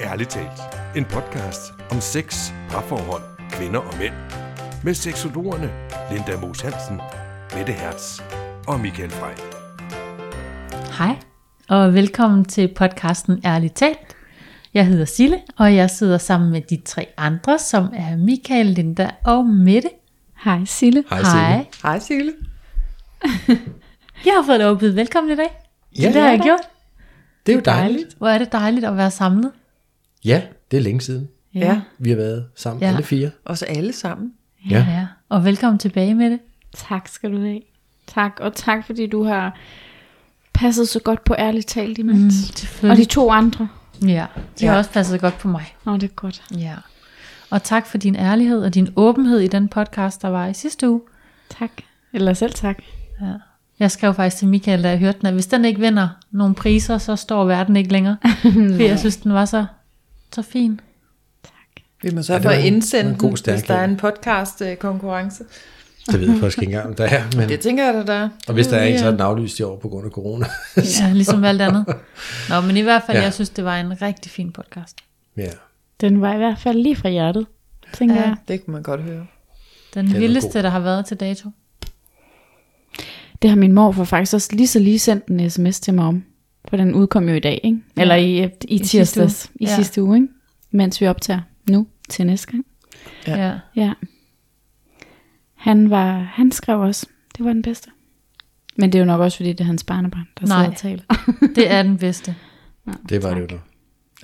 Ærligt talt. En podcast om sex, parforhold, kvinder og mænd. Med seksologerne Linda Moos Hansen, Mette Hertz og Michael Frey. Hej, og velkommen til podcasten Ærligt Talt. Jeg hedder Sille, og jeg sidder sammen med de tre andre, som er Michael, Linda og Mette. Hej Sille. Hej, Sille. Hej Sille. Jeg har fået lov at byde velkommen i dag. Ja, det har jeg ja. gjort. Det er jo dejligt. Hvor er det dejligt at være samlet. Ja, det er længe siden. Ja, Vi har været sammen Ja. ja. alle fire. og så alle sammen. Ja. ja. Og velkommen tilbage med det. Tak skal du have. Tak, og tak fordi du har passet så godt på ærligt talt imens. Mm, og de selvfølgelig. to andre. Ja, de har Ja. også passet godt på mig. Nå, det er godt. Ja. Og tak for din ærlighed og din åbenhed i den podcast, der var i sidste uge. Tak. Eller selv tak. Jeg skrev faktisk til Michael, da jeg hørte den, at hvis den ikke vinder nogle priser, så står verden ikke længere. For jeg synes, den var så, så fin. Vi må Ja, sørge det for var at en- indsende en god den, hvis stærk der er en. en podcast-konkurrence. Det ved jeg faktisk ikke engang, om der er. Men, Det tænker jeg da, der er. og hvis der er en, så er ja. den aflyst i år på grund af corona. Ja, ligesom alt andet. Nå, men i hvert fald, ja. Ja. jeg synes, det var en rigtig fin podcast. ja, Den var i hvert fald lige fra hjertet, tænker Ja. ja. jeg. Det kunne man godt høre. Den, var den vildeste, god. der har været til dato. Det har min morfar faktisk også lige så lige sendt en sms til mig om. For den udkom jo i dag, ikke? Eller i, i sidste uge. tirsdags. I Ja. sidste uge, ikke? Mens vi optager nu til næste gang. Ja. Ja. ja. Ja. Han, var, han skrev også, det var den bedste. Men det er jo nok også, fordi det er hans barnebarn, der Nej. sidder og taler. Det er den bedste. det var det jo da.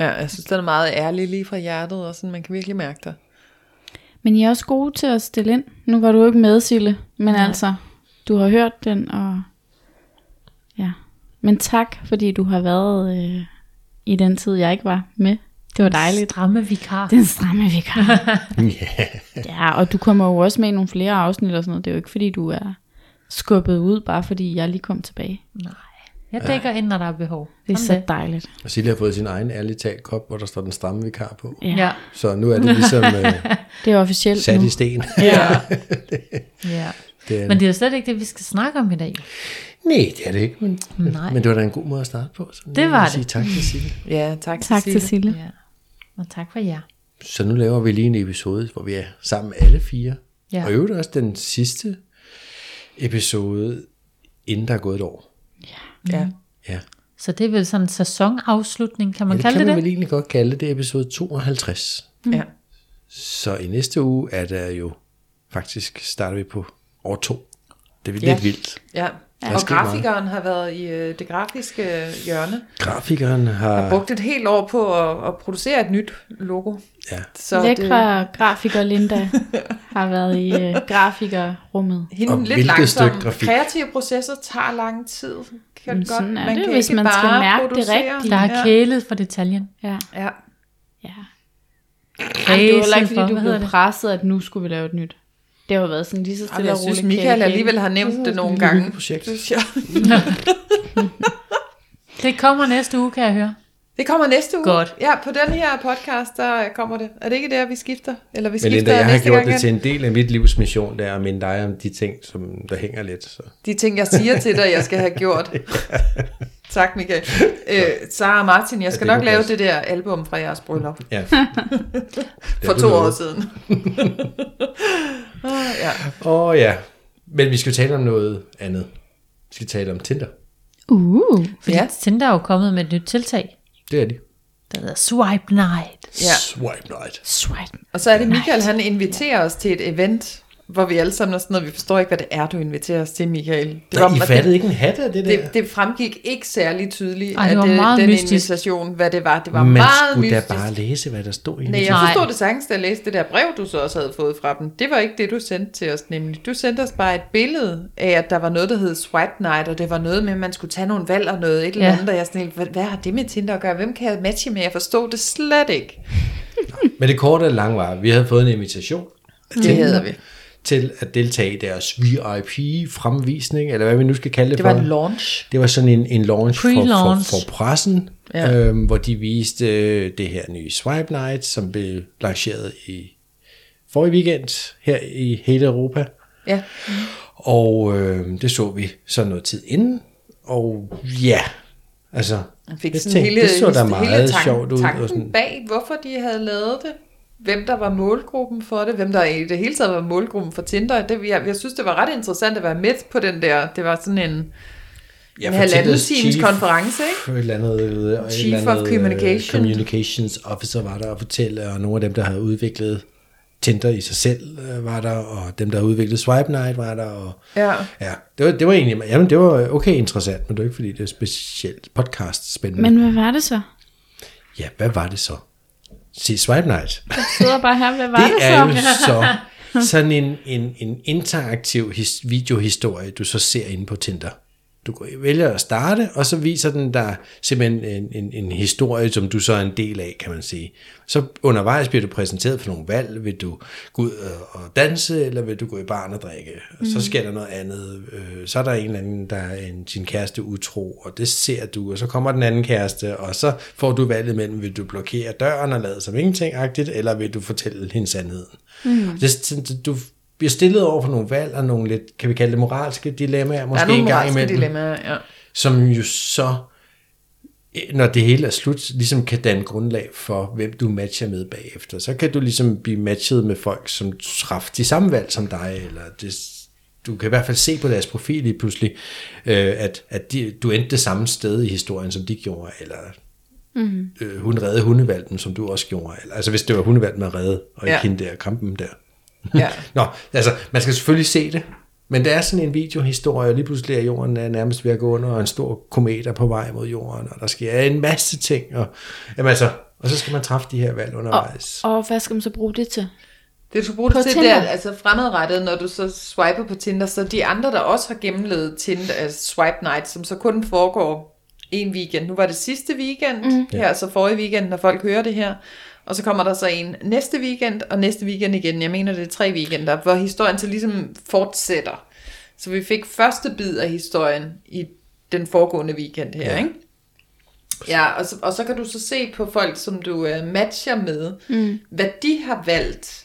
Ja, jeg synes, den er meget ærlig lige fra hjertet, og sådan, man kan virkelig mærke dig. Men I er også gode til at stille ind. Nu var du jo ikke med, Sille, men ja. altså, du har hørt den, og ja. Men tak, fordi du har været øh, i den tid, jeg ikke var med. Det var dejligt. Stramme vikar. Den stramme vikar. Ja, ja, og du kommer jo også med i nogle flere afsnit og sådan noget. Det er jo ikke, fordi du er skubbet ud, bare fordi jeg lige kom tilbage. Jeg dækker ind, når der er behov. Det er Sådan så dejligt. og Silje har fået sin egen ærligt talt kop, hvor der står den stramme vikar på. Ja. Ja. Så nu er det ligesom øh, Det er officielt sat nu. i sten. Ja. ja. Det er Men det... det er jo slet ikke det, vi skal snakke om i dag. Nej, det er det ikke. Men, Nej. men det var da en god måde at starte på. Så nu Det vil var jeg det. Sige tak til Silje. Ja, tak, Tak til Sille. Sille. Ja. Og tak for jer. Så nu laver vi lige en episode, hvor vi er sammen alle fire. Ja. Ja. Og i øvrigt også den sidste episode, inden der er gået et år. Ja. Ja. Så det er vel sådan en sæsonafslutning, kan man ja, Ja, det kalde det kan man det? vel egentlig godt kalde det, episode 52. ja. Så i næste uge er der jo, faktisk starter vi på år 2. Det er lidt Ja. vildt. ja. er Og sket grafikeren har været i øh, det grafiske hjørne. Grafikeren har... Har brugt et helt år på at, at producere et nyt logo. Ja. Så det, Lækre grafiker Linda har været i øh, grafikerrummet. hende Og lidt hvilket langsomme stykke grafik? kreative processer tager lang tid. Kan Men det godt. sådan er man det, kan hvis ikke man skal bare mærke det producere. rigtigt. Der er Ja. kælet for detaljen. Ja. Ja. ja. Ej, det var Kræset heller ikke, for, fordi du hvad hedder blev det? presset, at nu skulle vi lave et nyt. Det har jo været sådan lige så Jamen, stille jeg og roligt. synes, Michael kage, kage. alligevel har nævnt Uh, det nogle mm. lille gange. projekt. synes jeg. Det kommer næste uge, kan jeg høre. Det kommer næste uge. Godt. Ja, på den her podcast, der kommer det. Er det ikke der, vi skifter? Eller vi Men skifter Linda, jeg har næste gjort gang det til igen? en del af mit livs mission, det er at minde dig om de ting, som der hænger lidt. Så. De ting, jeg siger til dig, jeg skal have gjort. tak, Michael. Øh, Sara og Martin, jeg skal det nok kan lave passe. det der album fra jeres bryllup. Ja. For du to år lovet. siden. Åh, ja. Åh oh, ja. Men vi skal jo tale om noget andet. Vi skal tale om Tinder. Uh, Fordi ja. Ja. Tinder er jo kommet med et nyt tiltag, Det er det. der hedder Swipe Night. Ja. Swipe night. sweat. Og så er det Michael, han inviterer os til et event, hvor vi alle sammen er sådan noget, vi forstår ikke, hvad det er, du inviterer os til, Michael. Det Det var, I at fattede det, ikke en hat af det der? Det, det fremgik ikke særlig tydeligt Ej, Ej, det det var af det, meget den mystisk. mystisk. invitation, hvad det var. Det var Man meget skulle mystisk. da bare læse, hvad der stod i Nej, invitationen. jeg Nej. forstod det sagtens, da jeg læste det der brev, du så også havde fået fra dem. Det var ikke det, du sendte til os nemlig. Du sendte os bare et billede af, at der var noget, der hed Swipe Night, og det var noget med, at man skulle tage nogle valg og noget et eller Ja. andet, og jeg sådan helt, hvad, hvad har det med Tinder at gøre? Hvem kan jeg matche med? Jeg forstod det slet ikke. Men det korte og lange var, at vi havde fået en invitation Det havde vi. til at deltage i deres VIP-fremvisning, eller hvad vi nu skal kalde det, Det var for. en launch. Det var sådan en, en launch, for, for, Pre-launch. for pressen, Ja. ja. øhm, hvor de viste øh, det her nye Swipe Night, som blev lanceret i forrige weekend her i hele Europa. Ja, Og øh, det så vi så noget tid inden. Og ja, Altså, Han fik jeg sådan tænkte, hele, det så da hele meget tank- sjovt ud. Tanken Og sådan, bag, hvorfor de havde lavet det, hvem der var målgruppen for det, hvem der i det hele taget var målgruppen for Tinder. Det, jeg, jeg synes, det var ret interessant at være med på den der. Det var sådan en, jeg en halvanden fortællede times chief- konference, ikke? et eller andet, øh, et Chief eller of andet øh, Communication. communications officer var der at fortælle, og nogle af dem, der havde udviklet Tinder i sig selv, øh, var der, og dem, der havde udviklet Swipe Night, var der, og Ja. ja det, var, det var egentlig, jamen, det var okay interessant, men det var ikke, fordi det er specielt podcast spændende. Men hvad var det så? Ja, hvad var det så? Se Swipe Night. Jeg sidder bare her, hvad var det, det er jo så? så sådan en, en, en interaktiv his, videohistorie, du så ser inde på Tinder. Du går- vælger at starte, og så viser den dig simpelthen en, en, en historie, som du så er en del af, kan man sige. Så undervejs bliver du præsenteret for nogle valg. Vil du gå ud og- og danse, eller vil du gå i barn og drikke? Og så sker der noget andet. Øh, Så er der en eller anden, der er en, sin kæreste utro, og det ser du, og så kommer den anden kæreste, og så får du valget mellem, vil du blokere døren og lade som ingenting-agtigt, eller vil du fortælle hende sandheden? Mm. Det, er sådan, at du bliver stillet over for nogle valg og nogle lidt, kan vi kalde det moralske dilemmaer, Der er måske nogle en gang moralske imellem, dilemmaer, ja. som jo så, eh, når det hele er slut, ligesom kan danne grundlag for, hvem du matcher med bagefter. Så kan du ligesom blive matchet med folk, som træffer de samme valg som dig, eller det, du kan i hvert fald se på deres profil lige pludselig, øh, at, at de, du endte det samme sted i historien, som de gjorde, eller mm. øh, hun redde hundevalpen, som du også gjorde. Eller, altså hvis det var hundevalpen at redde, og ikke Ja. ja. hende der, kampen der. Ja. Nå, altså man skal selvfølgelig se det, men det er sådan en videohistorie, og lige pludselig er jorden er nærmest ved at gå under, og en stor komet er på vej mod jorden, og der sker en masse ting, og, jamen altså, og så skal man træffe de her valg undervejs. Og hvad skal man så bruge det til? Det du bruger På det til Tinder. der, altså fremadrettet, når du så swiper på Tinder, så de andre, der også har gennemlevet Tinder, altså Swipe Night, som så kun foregår en weekend. Nu var det sidste weekend, mm. her så forrige weekend, når folk hører det her. Og så kommer der så en næste weekend, og næste weekend igen. Jeg mener, det er tre weekender, hvor historien så ligesom fortsætter. Så vi fik første bid af historien i den foregående weekend her, ja. Ja. ikke? Ja, og så, og så kan du så se på folk, som du øh, matcher med, mm. hvad de har valgt.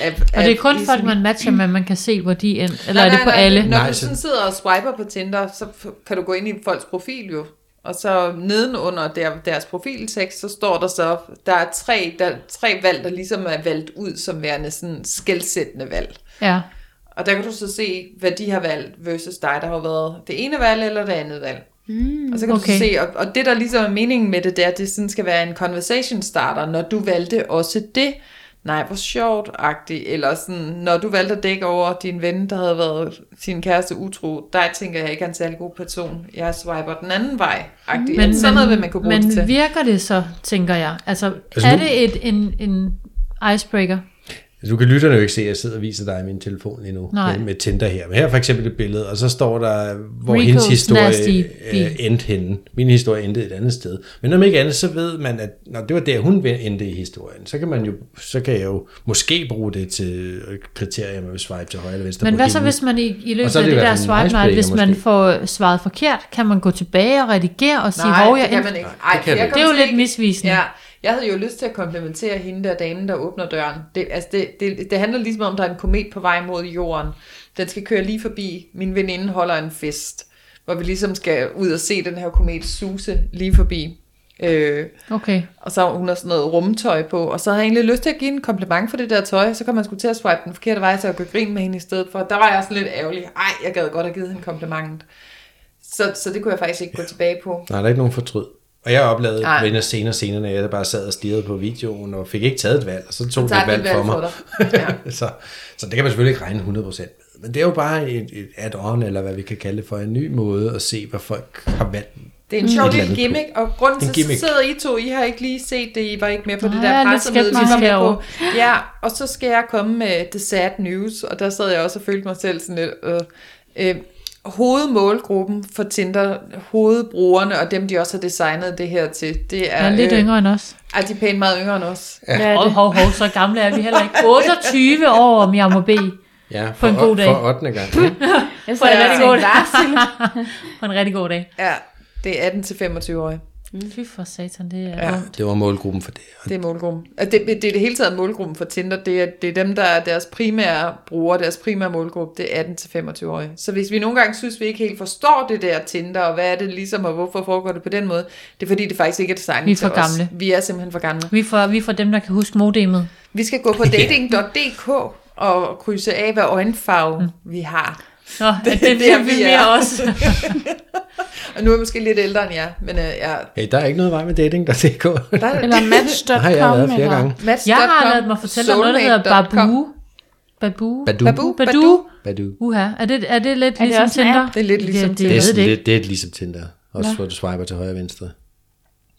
Af, ligesom- Og det er kun folk, man matcher med, man kan se, hvor de end, eller er det på alle? Når Nej, du så- sådan sidder og swiper på Tinder, så f- kan du gå ind i folks profil jo. Og så nedenunder der, deres profiltekst, så står der så, der er tre, der, er tre valg, der ligesom er valgt ud som værende sådan skældsættende valg. Ja. Og der kan du så se, hvad de har valgt versus dig, der har været det ene valg eller det andet valg. Mm, og så kan okay. okay. du så se, og, og det der ligesom er meningen med det, det er, at det sådan skal være en conversation starter, når du valgte også det, nej hvor sjovt agtigt eller sådan, når du valgte at dække over din ven, der havde været sin kæreste utro, dig tænker jeg ikke er en særlig god person, jeg swiper den anden vej, agtigt. Men, sådan noget vil man kunne bruge men det til. virker det så, tænker jeg? Altså, Altså altså nu- er det et, en, en icebreaker? Altså, du kan lytterne jo ikke se, at jeg sidder og viser dig min telefon lige nu Nej. med, med Tinder her. Men her er for eksempel et billede, og så står der, hvor Rico's hendes historie nasty øh, bee. endte henne. Min historie endte et andet sted. Men om ikke andet, så ved man, at når det var der, hun endte i historien, så kan, man jo, så kan jeg jo måske bruge det til kriterier med at swipe til højre eller venstre. Men på hvad så, himlen. hvis man i, i løbet så er af det det i der hvert fald en swipe night, icebreaker hvis man måske. får øh, svaret forkert, kan man gå tilbage og redigere og sige, Nej, hvor jeg det kan endte? man ikke. Nej, Ej, det kan jeg man ikke. kom Det er jo til lidt ikke- misvisende. Ja, jeg havde jo lyst til at komplimentere hende der damen, der åbner døren. Det, altså det, det, det handler ligesom om, der er en komet på vej mod jorden. Den skal køre lige forbi. Min veninde holder en fest, hvor vi ligesom skal ud og se den her komet suse lige forbi. Øh, Okay. og så hun har sådan noget rumtøj på, og så havde jeg egentlig lyst til at give en kompliment for det der tøj, så kom man sgu til at swipe den forkerte vej, så jeg kunne grine med hende i stedet for. Der var jeg sådan lidt ærgerlig. Ej, jeg gad godt have givet hende kompliment. Så, så det kunne jeg faktisk ikke gå tilbage på. Nej, der er ikke nogen fortryd. Og jeg oplevede Nej. venner senere senere, når jeg bare sad og stirrede på videoen, og fik ikke taget et valg, og så tog det tager et valg de et for valg mig. for dig. Ja. så, så det kan man selvfølgelig ikke regne 100% med. Men det er jo bare et, et add-on, eller hvad vi kan kalde det for, en ny måde at se, hvad folk har valgt. Det er en sjov Et eller lille andet gimmick, og grunden En til, at gimmick. så sidder I to, I har ikke lige set det, I var ikke med på Nå, det jeg er der lidt pressemøde, I var skeptisk med på. herovre. Ja, og så skal jeg komme med the sad news, og der sad jeg også og følte mig selv sådan lidt... Øh, øh, hovedmålgruppen for Tinder, hovedbrugerne og dem, de også har designet det her til, det er... Jeg er lidt yngre end os. Ej, de er pænt meget yngre end os. Hvad er Hov, det? hov, hov, så gamle er vi heller ikke. 28 år, om jeg må bede. Ja, På en god dag. For 8. gang. ikke? Jeg På en sidder rigtig og god tænker, dag. På en rigtig god dag. Ja, det er 18-25-årige. Fy for satan, det er ja. ondt. Det var målgruppen for det. Det er målgruppen. Altså, det, det er det hele taget målgruppen for Tinder. Det er, det er dem, der er deres primære bruger, deres primære målgruppe, det er 18-25-årige. Så hvis vi nogle gange synes, vi ikke helt forstår det der Tinder, og hvad er det ligesom, og hvorfor foregår det på den måde, det er fordi, det faktisk ikke er designet Vi er for til os. gamle. Vi er simpelthen for gamle. Vi får, vi får dem, der kan huske modemet. Vi skal gå på dating.dk og krydse af, hvad øjenfarve mm. vi har. Nå, det, det, er det, der, det vi vi er. mere også. Og nu er jeg måske lidt ældre end jer, men øh, jeg... Hey, der er ikke noget vej med dating, der det går. Der er Eller match.com. Nej, jeg har været flere eller- gange. Match.com, Jeg har lavet mig fortælle om noget, der hedder soulmate.com. Babu. Babu? Badoo. Badu. Badu. Badu. Uha, er det, er det lidt det ligesom også en Tinder? app? Det er lidt ligesom det, Det det, er, ved det sådan, ikke. lidt, det er ligesom Tinder. Også hvor du swiper til højre og venstre.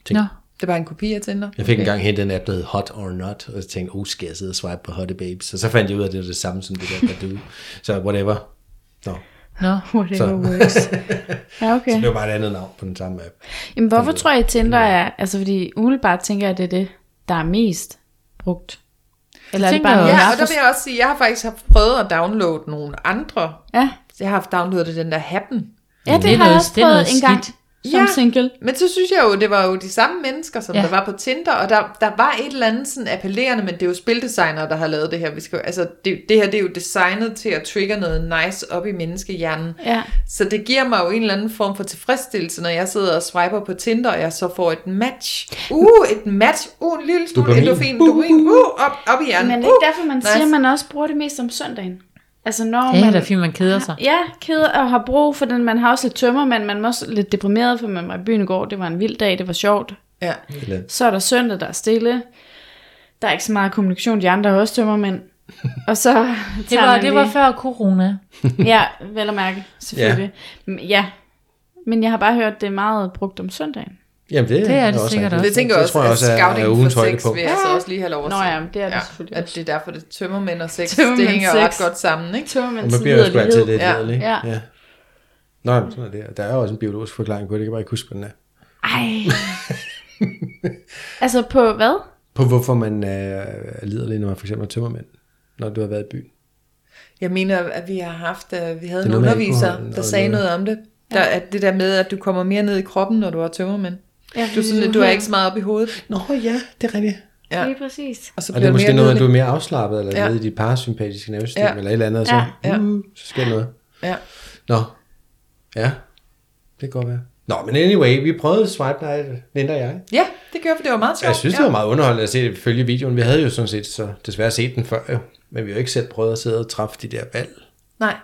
Ting. Nå, Det var en kopi af Tinder. Jeg fik okay. engang hentet en app, der hed Hot or Not, og jeg tænkte, oh, skal jeg sidde og swipe på Hotte Babes? Og så fandt jeg ud af, at det var det samme som det der Badoo. Så whatever. Nå, nå. Whatever works. ja, så okay. det var bare et andet navn på den samme app. Jamen, Øh, hvorfor tror jeg, Tinder er... Altså, fordi umiddelbart tænker jeg, at det er det, der er mest brugt. Eller er det tænker jeg bare noget, også. jeg Ja, har og der vil jeg også sige, at jeg har faktisk haft prøvet at downloade nogle andre. forstået? Ja, Jeg har haft downloadet den der Happen. ja det, Det er har jeg noget- også det er prøvet noget en gang skidt. som Ja. single. Men så synes jeg jo, det var jo de samme mennesker, som Ja. ja. der var på Tinder, og der, der var et eller andet sådan appellerende, men det er jo spildesignere, der har lavet det her. Vi skal, jo- altså, det, det her det er jo designet til at trigge noget nice op i menneskehjernen. Ja. Så det giver mig jo en eller anden form for tilfredsstillelse, når jeg sidder og swiper på Tinder, og jeg så får et match. Uh, et match. Uh, en lille smule Dopamin. endorfin. Dopamin. Uh, op, op i hjernen. Men uh, det er ikke derfor, man nice. siger, at man også bruger det mest om søndagen. Altså, når Det er man... da fint, man keder sig. Ja, ked og har brug for den. Man har også lidt tømmer, men man er også lidt deprimeret, for man var i byen i går. Det var en vild dag, det var sjovt. Ja. Eller, Så er der søndag, der er stille. Der er ikke så meget kommunikation. De andre er også tømmermænd. Og så Det tager var, man det lige- var før corona. Ja, vel at mærke, selvfølgelig. Ja. ja. Men jeg har bare hørt, det er meget brugt om søndagen. jamen, det, Det er det også sikkert rigtigt. Det tænker jeg også, tror at jeg også også er, scouting er er, ugens for højde sex på. vil jeg så også lige have lov at Nå sige. ja, men det er det selvfølgelig At også. det er derfor, det tømmermænd og sex, Tømmermænd det hænger sex. ret godt sammen, ikke? Og Tømmermænd man bliver jo sgu altid lidt Ja. ja. ikke? Ja. ja. Nå, jamen, sådan er det. Og Der er jo også en biologisk forklaring på det. Jeg kan bare ikke huske, hvad den er. Ej. altså på hvad? På hvorfor man øh, er liderlig, når man for eksempel er tømmermænd, når du har været i byen. Jeg mener, at vi har haft, øh, vi havde en noget med underviser, alkoholen der og sagde noget. noget om det. Der, at det der med, at du kommer mere ned i kroppen, når du har tømmermænd. Ja, Du, er sådan, lidt- du er ikke så meget op i hovedet. Nå ja, det er rigtigt. Ja. Lige præcis. Og så Og det bliver er måske mere noget, at du nydelig. er mere afslappet, eller Ja. ja. nede i dit parasympatiske nervesystem, Ja. ja. eller et eller andet, og så, Ja. ja. Ja. Mm, så sker noget. Ja. Nå, ja, det kan godt være. Nå, men anyway, vi prøvede Swipe Night, Linda og jeg. ja, det gjorde vi. Det var meget sjovt. Jeg synes, ja. det var meget underholdende at se, følge videoen. Vi havde jo sådan set så desværre set den før, jo. men vi har jo ikke selv prøvet at sidde og træffe de der valg. Nej.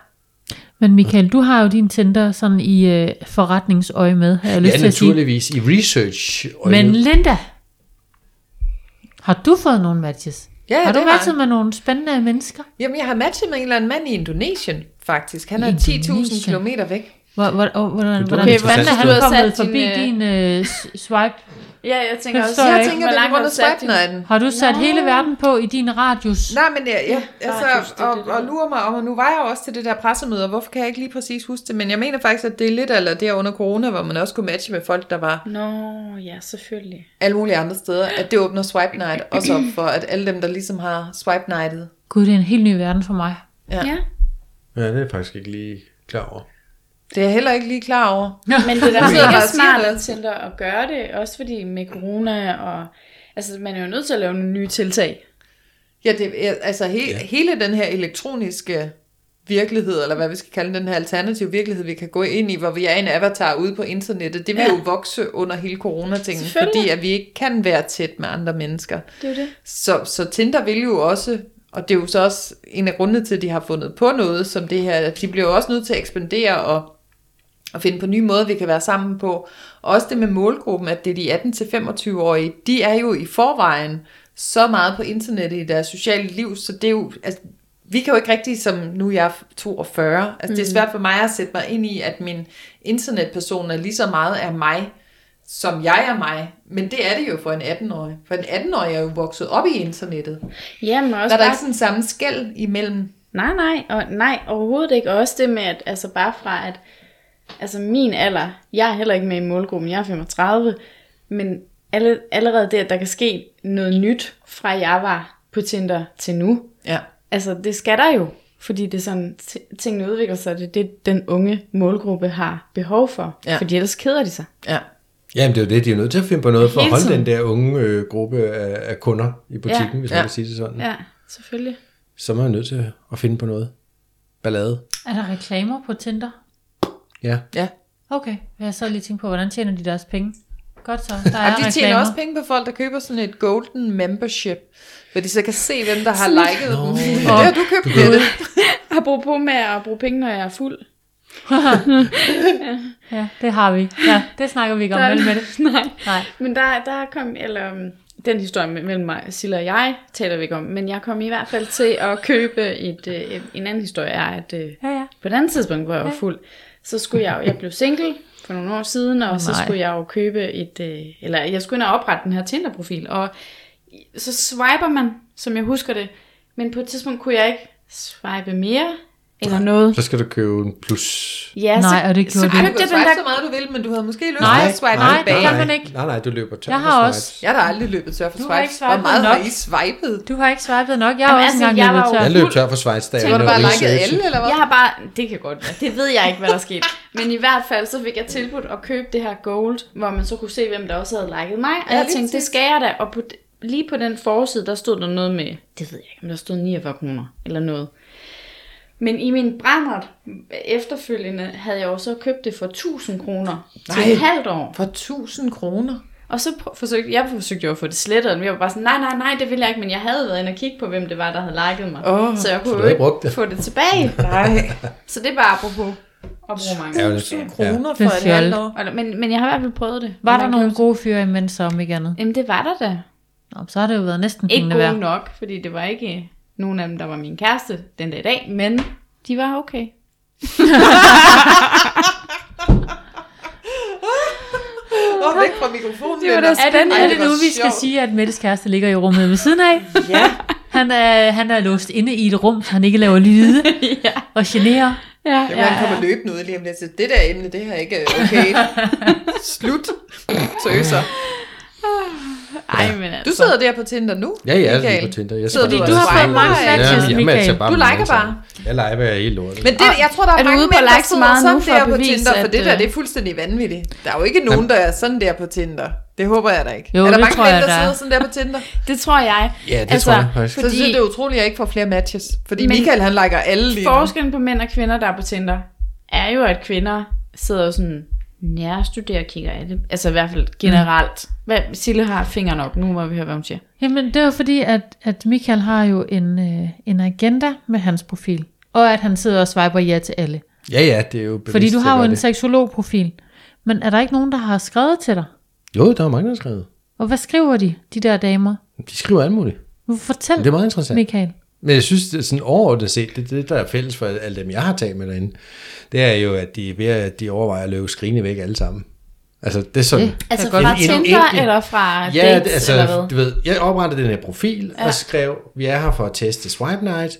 Men Michael, du har jo din Tinder sådan i øh, forretningsøje med, har jeg lyst Ja, til at sige. naturligvis i research. Men Linda, har du fået nogle matches? Ja, har du det har matchet jeg. med nogle spændende mennesker? Jamen, jeg har matchet med en eller anden mand i Indonesien, faktisk. Han er Indonesien. 10.000 kilometer væk. Hvor, hvor, hvor, hvordan, Det hvordan lyder fanden er interessant. han Du har kommet sat forbi din, øh, din øh, s- swipe? Ja, jeg tænker Det også, forstår jeg Jeg ikke. tænker, hvor det er langt på grund har af du sat din- swipe-nighten. Har du sat hele verden på i din radius? Nej, men jeg, jeg, radius, altså, det er og, det, det og lurer mig om, og nu var jeg også til det der pressemøde, og hvorfor kan jeg ikke lige præcis huske det, men jeg mener faktisk, at det er lidt eller der under corona, hvor man også kunne matche med folk, der var Nå, ja, selvfølgelig. alle mulige andre steder, at det åbner Swipe Night også op for, at alle dem, der ligesom har Swipe Nightet. Gud, det er en helt ny verden for mig. Ja. Ja. Ja, det er jeg faktisk ikke lige klar over. Det er jeg heller ikke lige klar over. Men det er da Jeg sidder mega bare og siger smart det. at Tinder at gøre det, også fordi med corona og... Altså, man er jo nødt til at lave nogle nye tiltag. Ja, det, er- altså he, ja. hele den her elektroniske virkelighed, eller hvad vi skal kalde den, den her alternative virkelighed, vi kan gå ind i, hvor vi er en avatar ude på internettet, det vil Ja. ja. jo vokse under hele coronatingen, Selvfølgelig. fordi at vi ikke kan være tæt med andre mennesker. Det er jo det. Så, så Tinder vil jo også, og det er jo så også en af grundene til, at de har fundet på noget som det her, at de bliver jo også nødt til at ekspandere og, og finde på nye måder, vi kan være sammen på. Og også det med målgruppen, at det er de 18-25-årige, de er jo i forvejen så meget på internettet i deres sociale liv, så det er jo, altså, vi kan jo ikke rigtig, som nu er jeg 42, altså det er svært for mig at sætte mig ind i, at min internetperson er lige så meget af mig, som jeg er mig. Men det er det jo for en 18-årig. For en 18-årig er jo vokset op i internettet. Jamen, også Der er der bare- ikke sådan samme skæld imellem. Nej, nej, og nej, overhovedet ikke. Og Også det med, at altså bare fra, at altså min alder, jeg er heller ikke med i målgruppen, jeg er 35, men alle, allerede det, at der kan ske noget nyt fra jeg var på Tinder til nu, Ja. altså det skal der jo, fordi det er sådan, t- tingene udvikler sig, det er det, den unge målgruppe har behov for, Ja. fordi ellers keder de sig. Ja. Jamen det er jo det, de er nødt til at finde på noget for at Hele holde tiden. den der unge øh, gruppe af, af kunder i butikken, ja, hvis man ja. kan sige det sådan. Ja, selvfølgelig. Så er man nødt til at finde på noget. Ballade. Er der reklamer på Tinder? Ja. Ja. Okay, jeg så lige tænkt på, hvordan tjener de deres penge? Godt så, der er Og de tjener reklamer. også penge på folk, der køber sådan et golden membership, hvor de så kan se, hvem der har liket dem. Det har du købt, Mette. Apropos med at bruge penge, når jeg er fuld. Ja, det har vi. Ja, det snakker vi ikke om, Der- vel med det? Nej. Nej. Men der, der kom, eller um, den historie me- mellem mig, Silla og jeg, taler vi ikke om, men jeg kom i hvert fald til at købe et, øh, en anden historie, er, at øh, Ja, ja. på et andet tidspunkt, hvor jeg var fuld, så skulle jeg jo, jeg blev single for nogle år siden, og så nej. skulle jeg jo købe et, øh, eller jeg skulle ind og oprette den her Tinder-profil, og så swiper man, som jeg husker det, men på et tidspunkt kunne jeg ikke swipe mere, eller noget. Så skal du købe en plus Ja, Nej, og det gjorde så du Ej, du købte kan jeg den swipe der så meget, du vil, men du havde måske lyst Nej, til at swipe nej, tilbage. nej. kan man ikke. Nej, nej, du løber tør Jeg for har swipes. også- Jeg har da aldrig løbet tør for Du har swipes. ikke swipet Hvor meget nok. har I swipet? Du har ikke swipet nok. Jeg har Jamen, også altså, engang jeg løbet var jo- tør. Jeg løb tør for Schweiz, da jeg Tror du lavede bare liket research. alle, eller hvad? Jeg har bare, det kan godt være, det ved jeg ikke, hvad der skete. Men i hvert fald, så fik jeg tilbudt at købe det her gold, hvor man så kunne se, hvem der også havde liket mig. Og Ja, jeg lige tænkte, det præcis. skal jeg da. Og på, lige på den forside, der stod der noget med, det ved jeg ikke, om der stod 49 kroner eller noget. Men i min brændert øh, efterfølgende havde jeg jo så købt det for 1000 kroner til Nej. et halvt år. For 1000 kroner. Og så prø- forsøgte jeg forsøgte jo at få det slettet, men jeg var bare sådan, nej, nej, nej, det vil jeg ikke, men jeg havde været inde og kigge på, hvem det var, der havde liket mig. Åh, så jeg kunne du jo havde ikke brugt det. få det tilbage. Nej. Så det er bare apropos at bruge mange. Ærgerligt. 1000 Ja. kroner Det for er et halvt fjollet. år. Og- Men, men jeg har i hvert fald prøvet det. Var Man der kan nogle jo- gode fyre imens så om ikke andet? Jamen det var der da. Nå, så har det jo været næsten Ikke pengene gode værd. nok, fordi det var ikke øh, nogen af dem, der var min kæreste den dag i dag, men de var okay. Åh, væk fra mikrofonen. Det var da venner. Er det, Spændende. er Ej, det det nu, var vi skal sjovt. sige, at Mettes kæreste ligger i rummet ved siden af? Ja. Han er, han er låst inde i et rum, så han ikke laver lyde ja. og generer. Ja, Jamen, han kommer løbende ud lige om lidt. og siger, Det der emne, det her er ikke øh, okay. Slut. Tøser. Ej, men altså. Du sidder der på Tinder nu, Ja, ja, jeg Michael. er på Tinder. Jeg Sidder skal du og swiper bare lige sidde meget og- matches, Jamen, jeg Michael? matcher bare Du med liker alle bare. sammen. Jeg liker bare hele lortet. Men det, jeg tror, der er, er du mange ude på mænd, der likes sidder meget nu sådan for der at på bevise, Tinder, for at, det der, øh, det er fuldstændig vanvittigt. Der er jo ikke nogen, der er sådan der på Tinder. Det håber jeg da ikke. Jo, er der det mange tror mænd, jeg, der, der er. sidder sådan der på Tinder? Det tror jeg. Altså, Ja, det tror jeg faktisk. Fordi... Så synes jeg, det er utroligt, at jeg ikke får flere matches. Fordi Men- Michael, han liker alle lige nu. Forskellen på mænd og kvinder, der er på Tinder, er jo, at kvinder sidder jo sådan, nærstuderer og kigger af det. Altså i hvert fald generelt. Hvad, Sille har fingeren op, nu må vi høre, hvad hun siger. Jamen, det var fordi, at, at Michael har jo en, øh, en agenda med hans profil. Og at han sidder og swiper ja til alle. Ja, ja, det er jo bevidst. Fordi du har jeg jo gør en det. seksologprofil. Men er der ikke nogen, der har skrevet til dig? Jo, der er mange, der har skrevet. Og hvad skriver de, de der damer? De skriver alt muligt. Fortæl, Det er meget interessant. Michael. Men jeg synes, det er sådan overordnet set, det, det der er fælles for alle dem, jeg har talt med derinde, det er jo, at de, er ved, at de overvejer at løve skrine væk alle sammen. Altså, det er sådan... Det Altså kan jeg fra godt- En- en- Tinder en- eller fra Ja, dates det, altså, eller hvad? du ved, jeg oprettede den her profil ja. og skrev, vi er her for at teste Swipe Night,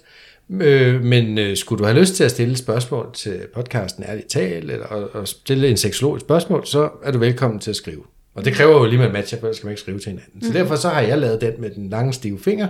øh, men øh, skulle du have lyst til at stille et spørgsmål til podcasten Ærligt Tal, eller og, og stille en seksologisk spørgsmål, så er du velkommen til at skrive. Og Mm. det kræver jo lige, at man matcher, for ellers skal man ikke skrive til hinanden. Så derfor så har jeg lavet den med den lange, stive finger,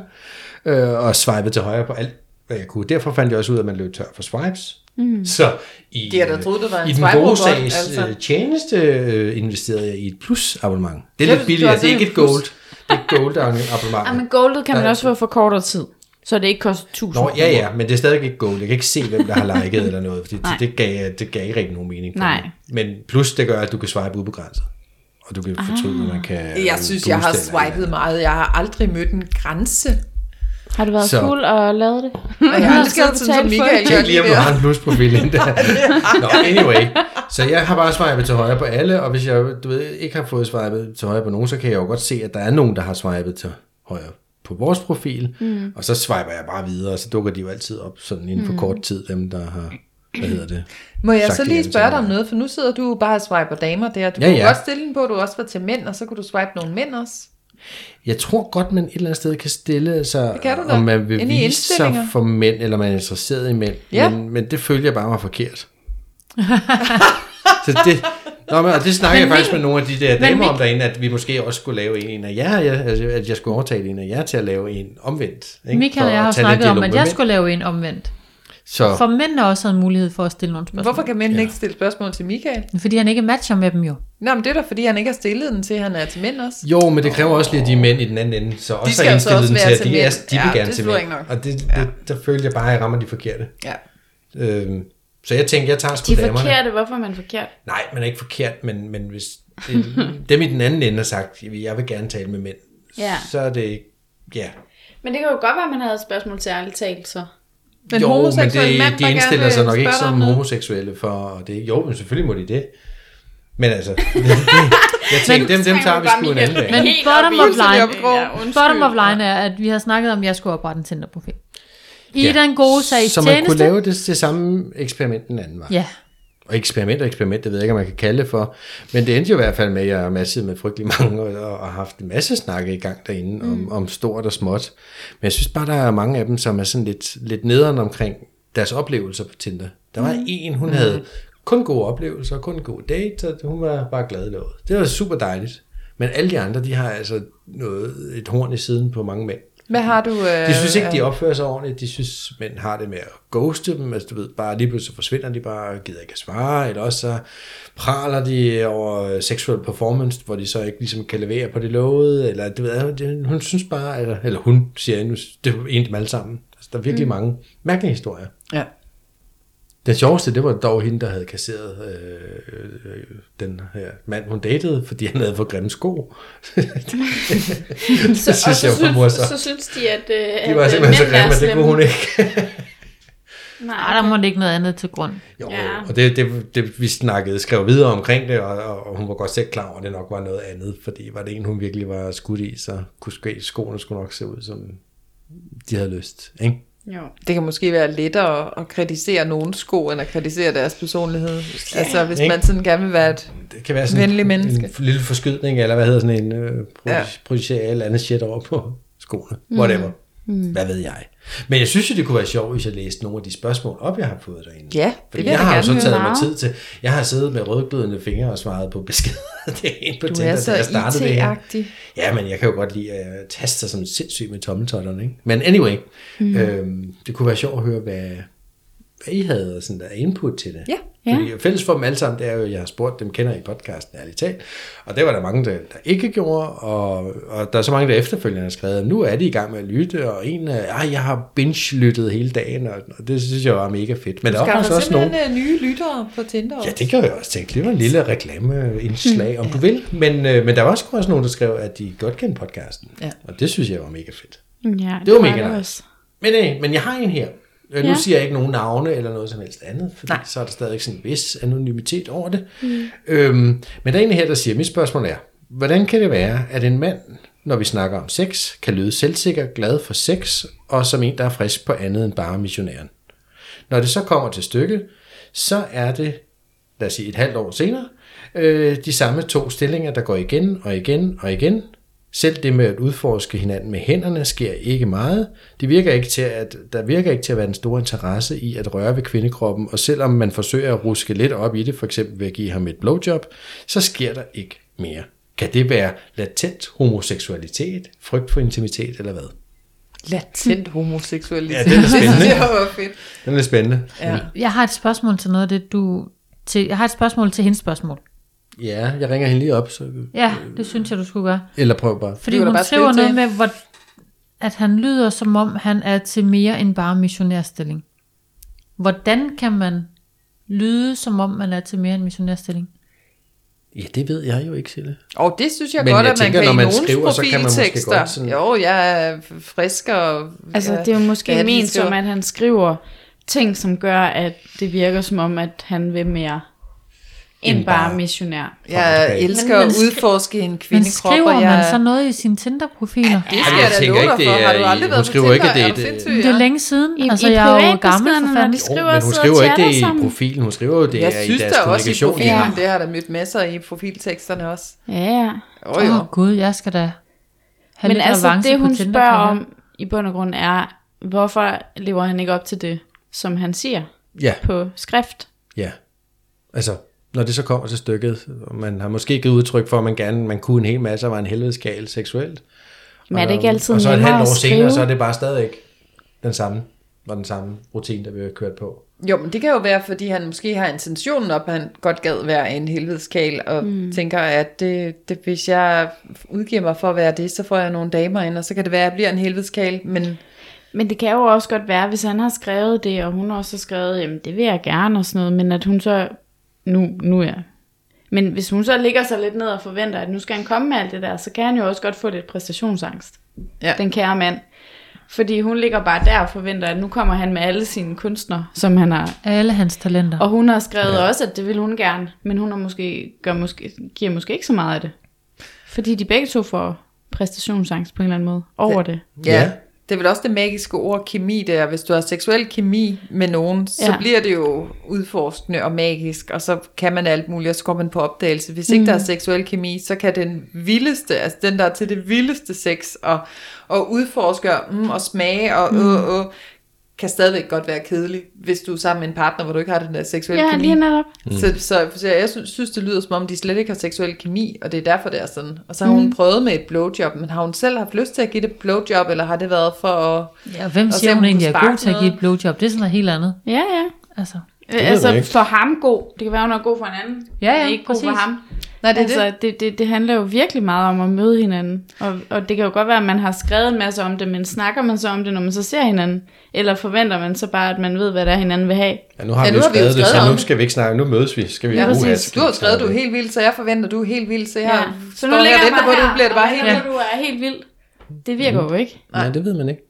øh, og swipet til højre på alt, hvad jeg kunne. Derfor fandt jeg også ud af, at man løb tør for swipes. Mm. Så i, Det er da øh, troet, det var en i den swipe-robot, gode sags altså. øh, tjeneste øh, investerede jeg i et plus-abonnement. Det er Ja, lidt du- du billigere, har det er ikke et sådan et gold. Det er et gold abonnement. Ja, men goldet kan man også få for kortere tid, så det ikke koster 1000 Nå, ja, ja, men det er stadig ikke gold. Jeg kan ikke se, hvem der har liket eller noget, fordi det, det, gav, det gav ikke rigtig nogen mening. for Nej. mig. Men plus, det gør, at du kan swipe ubegrænset. Og du kan fortryde, at man kan... Ah. Jeg synes, jeg har swipet meget. Jeg har aldrig mødt en grænse. Har du været Så- så. fuld og lavet det? Og jeg har aldrig skal siddet sådan som betale for Michael. det. gør Tænk lige, om du der. har en plusprofil endda. Nå, anyway. Så jeg har bare swipet til højre på alle, og hvis jeg du ved, ikke har fået swipet til højre på nogen, så kan jeg jo godt se, at der er nogen, der har swipet til højre på vores profil, mm. og så swiper jeg bare videre, og så dukker de jo altid op sådan inden for kort tid, dem der har, hvad hedder det? Mm. Må jeg sagt så det lige igen til spørge dig om mig. noget, for nu sidder du jo bare og swiper damer der. Du Ja, ja, kunne ja. godt stille den på, at du også var til mænd, og så kunne du swipe nogle mænd også. Jeg tror godt, man et eller andet sted kan stille sig, Det kan du da. om man vil Inde i vise sig indstillinger. for mænd, eller man er interesseret i mænd. Ja. Men, men det følger jeg bare mig forkert. så det, nå, men, og det snakker jeg faktisk med nogle af de der damer om derinde, at vi måske også skulle lave en af jer, jeg, altså, at jeg skulle overtale en af jer til at lave en omvendt. Ikke? Michael For og jeg at har tage den snakket om, dialog at med jeg mænd. skulle lave en omvendt. Så For mænd har også havde mulighed for at stille nogle spørgsmål. Hvorfor kan mænd ja. ikke stille spørgsmål til Michael? Fordi han ikke matcher med dem jo. Nå, men det er da, fordi han ikke har stillet den til, han er til mænd også. jo, men det kræver også lige, at de er mænd i den anden ende, så også skal er altså indstillet også den til, være at til mænd. de, er, de Ja, vil gerne det til tror jeg mænd. ikke nok. Og det, det, der følte jeg bare, at jeg rammer de forkerte. Ja. Øhm, så jeg tænkte, jeg tager sgu De er damerne. forkerte, hvorfor er man forkert? Nej, man er ikke forkert, men, men hvis det, dem i den anden ende har sagt, jeg vil gerne tale med mænd, Ja. så er det ikke... Ja, Men det kan jo godt være, at man havde et spørgsmål til ærligt talt, så. Men jo, men homoseksuel det, mand, der de gerne indstiller vil sig nok ikke spørge dig om som noget. homoseksuelle for det. Jo, men selvfølgelig må de det. Men altså, jeg tænkte, dem, dem tager vi sgu en anden dag. Men Helt bottom op i- of line, op i krogen. Ja, undskyld. bottom of line er, at vi har snakket om, at jeg skulle oprette en Tinder-profil. I Ja, ja. den gode sag Så man kunne lave det, det samme eksperiment den anden vej. Ja, Og eksperiment og eksperiment, det ved jeg ikke, om man kan kalde det for. Men det endte jo i hvert fald med, at jeg har matchet med frygtelig mange, og, og, og haft en masse snakke i gang derinde, mm. om, om stort og småt. Men jeg synes bare, der er mange af dem, som er sådan lidt, lidt nederen omkring deres oplevelser på Tinder. Der Mm. var en, hun havde kun gode oplevelser, kun gode dates, og hun var bare glad i lovet. Det var super dejligt. Men alle de andre, de har altså noget, et horn i siden på mange mænd. Hvad har du? Øh, De synes ikke, de opfører sig ordentligt. De synes, mænd har det med at ghoste dem. Altså, du ved, bare lige pludselig forsvinder de bare, og gider ikke at svare. Eller også så praler de over sexual performance, hvor de så ikke ligesom kan levere på det lovede. Eller du ved, altså, det- hun synes bare, eller, eller hun siger, nu, det er en dem alle sammen. Altså, der er virkelig mm. mange mærkelige historier. Ja. Den sjoveste, det var dog hende, der havde kasseret øh, øh, den her mand, hun datede, fordi han havde for grimme sko. det og synes jeg var synes, morsomt. så synes de, at, øh, De var at øh, simpelthen så mænd grimme, er at det slemme. kunne hun ikke. Ej, der må det ikke noget andet til grund. Jo, Ja. ja. og det, det, det, vi snakkede, skrev videre omkring det, og, og, og hun var godt selv klar over, at det nok var noget andet, fordi var det en, hun virkelig var skudt i, så kunne ske, skoene skulle nok se ud, som de havde lyst. Ikke? Jo. Det kan måske være lettere at- at kritisere nogens sko, end at kritisere deres personlighed. Ja, altså, hvis ikke? man sådan gerne vil være et... Det kan være sådan Venlig en, menneske. en lille forskydning, eller hvad hedder sådan en, øh, Ja. projicere ja. eller andet shit over på skoene. Whatever. Mm. Hvad ved jeg. Men jeg synes jo, det kunne være sjovt, hvis jeg læste nogle af de spørgsmål op, jeg har fået derinde. Ja, det Fordi vil jeg jeg da har jo gerne så høre. taget mig Meget. tid til, jeg har siddet med rødglødende fingre og svaret på beskeder. det er en på Du Tinder, er da så jeg startede det her. IT-agtig. Ja, men jeg kan jo godt lide at taste sig som sindssyg med tommeltotterne, ikke? Men anyway, mm. øhm, det kunne være sjovt at høre, hvad, hvad I havde af sådan der input til det. Ja. Fordi fælles for dem alle sammen, det er jo, at jeg har spurgt dem, kender I podcasten, ærligt talt. Og det var der mange, der, der ikke gjorde, og, og der er så mange, der efterfølgende har skrevet, nu er de i gang med at lytte, og en er, "Ej, jeg har binge-lyttet hele dagen, og, og det synes jeg var mega fedt. Men der var Skal faktisk der også nogen, simpelthen øh, nogen... nye lyttere på Tinder? Ja, det gjorde jeg også tænke. Det var en lille reklameindslag, om Mm. du vil. Men, øh, men der var også, også nogen, der skrev, at de godt kendte podcasten. Ja. Og det synes jeg var mega fedt. Ja, det, Det var var mega det nice. Men, øh, men jeg har en her. Øh, nu ja. Ja. siger jeg ikke nogen navne eller noget som helst andet, fordi Nej. så er der stadig sådan en vis anonymitet over det. Mm. Øhm, men der er en her, der siger, mit spørgsmål er, hvordan kan det være, at en mand, når vi snakker om sex, kan lyde selvsikker, glad for sex, og som en, der er frisk på andet end bare missionæren? Når det så kommer til stykket, så er det, lad os sige et halvt år senere, øh, de samme to stillinger, der går igen og igen og igen. Selv det med at udforske hinanden med hænderne sker ikke meget. Det virker ikke til at, der virker ikke til at være en stor interesse i at røre ved kvindekroppen, og selvom man forsøger at ruske lidt op i det, for eksempel ved at give ham et blowjob, så sker der ikke mere. Kan det være latent homoseksualitet, frygt for intimitet eller hvad? Latent homoseksualitet. Ja, det er da spændende. det var fedt. Den er spændende. Ja. Jeg har et spørgsmål til noget af det, du... Til, jeg har et spørgsmål til hendes spørgsmål. Ja, jeg ringer hende lige op, så, Ja, det synes jeg, du skulle gøre. eller prøv bare. Fordi Det var da hun bare skriver skrive noget til med, hvor, at han lyder som om, han er til mere end bare missionærstilling. Hvordan kan man lyde, som om man er til mere end missionærstilling? Ja, det ved jeg jo ikke, Sille. Og det synes jeg Men godt, jeg at man tænker, kan når i man nogens skriver, så kan man måske profiltekster. godt sådan- Jo, jeg er frisk og... Altså, ja, det er jo måske hvad ja, de ment skriver. som, at han skriver ting, som gør, at det virker som om, at han vil mere end bare missionær. Frem og Jeg tilbage. elsker Men- at men skri- udforske en Men kvindekrop, skriver og man jeg... så noget i sine Tinder-profiler? Det Ej, skal men jeg jeg da tænker love dig ikke, for. det Har er du i- aldrig hun været på skriver Tinder? ikke, at det er er du et, øh, sindssyg? Det er længe siden. I- altså, i jeg er jo gammel privatbeskederne, for når de fanden. skriver- Jo, men hun sidder og skriver ikke chatter det i sammen. profilen, hun skriver jo det Jeg er i synes deres da også i kommunikation. profilen, Ja. det har jeg da mødt masser i profilteksterne også. Ja, ja. Jo, Åh jo. oh, gud, jeg skal da have Men lidt altså, avance det på hun Tinder, spørger kan jeg. om i bund og grund er, hvorfor lever han ikke op til det, som han siger ja, på skrift? ja. Altså, når det så kommer til stykket, og man har måske givet udtryk for, at man gerne man kunne en hel masse og var en helvedeskal seksuelt. Men er det Og- ikke altid Og så et nemmere halvt at år skrive? senere, så er det bare stadigvæk den samme. var den samme rutine, der vi havde kørt på. Jo, men det kan jo være, fordi han måske har intentionen op, at han godt gad være en helvedeskal, og mm. tænker, at det, det, hvis jeg udgiver mig for at være det, så får jeg nogle damer ind, og så kan det være, at jeg bliver en helvedeskal, men... Men det kan jo også godt være, hvis han har skrevet det, og hun også har skrevet, jamen det vil jeg gerne og sådan noget, men at hun så, nu, nu er jeg. Men hvis hun så ligger sig lidt ned og forventer, at nu skal han komme med alt det der, så kan han jo også godt få lidt præstationsangst, Ja. den kære mand. Fordi hun ligger bare der og forventer, at nu kommer han med alle sine kunstnere, som han har Alle hans talenter. Og hun har skrevet ja. også, at det vil hun gerne, men hun har måske, gør måske, giver måske ikke så meget af det. Fordi de begge to får præstationsangst på en eller anden måde over det. Ja. Ja. ja. Det er vel også det magiske ord kemi der. Hvis du har seksuel kemi med nogen, så Ja. bliver det jo udforskende og magisk, og så kan man alt muligt, og så går man på opdagelse. Hvis ikke mm. der er seksuel kemi, så kan den vildeste, altså den der er til det vildeste sex, og, og udforske og, mm, og smage og mm. øh, øh, kan stadigvæk godt være kedelig, hvis du er sammen med en partner, hvor du ikke har den der seksuelle Ja, kemi. lige netop. Mm. Så, så, så jeg synes, synes, det lyder som om, de slet ikke har seksuel kemi, og det er derfor, det er sådan. Og så har hun Mm. prøvet med et blowjob, men har hun selv haft lyst til at give det blowjob, eller har det været for at... Ja, og hvem Og siger, se, om hun hun egentlig kan er god sparke til at give noget. et blowjob? Det er sådan noget helt andet. Ja, ja. Altså, ved jeg altså ikke. for ham god. Det kan være, hun er god for en anden. Ja, ja, men ikke god præcis. for ham. Nej, det er altså, altså, det. det. Det, det, det handler jo virkelig meget om at møde hinanden. Og, og det kan jo godt være, at man har skrevet en masse om det, men snakker man så om det, når man så ser hinanden? Eller forventer man så bare, at man ved, hvad der hinanden vil have? Ja, nu har Ja, vi nu jo har vi jo skrevet det, skrevet så om nu det. skal vi ikke snakke, nu mødes vi. Skal vi Ja, Uha, præcis. skal Du vi har skrevet, snakke du er om det. helt vild, så jeg forventer, du er helt vild, så jeg Ja. Så nu står her ligger og jeg venter på, bare at her, du bliver det bare og helt venter, vildt. du er helt vild. Det virker Mhm. jo ikke. Nej, det ved man ikke.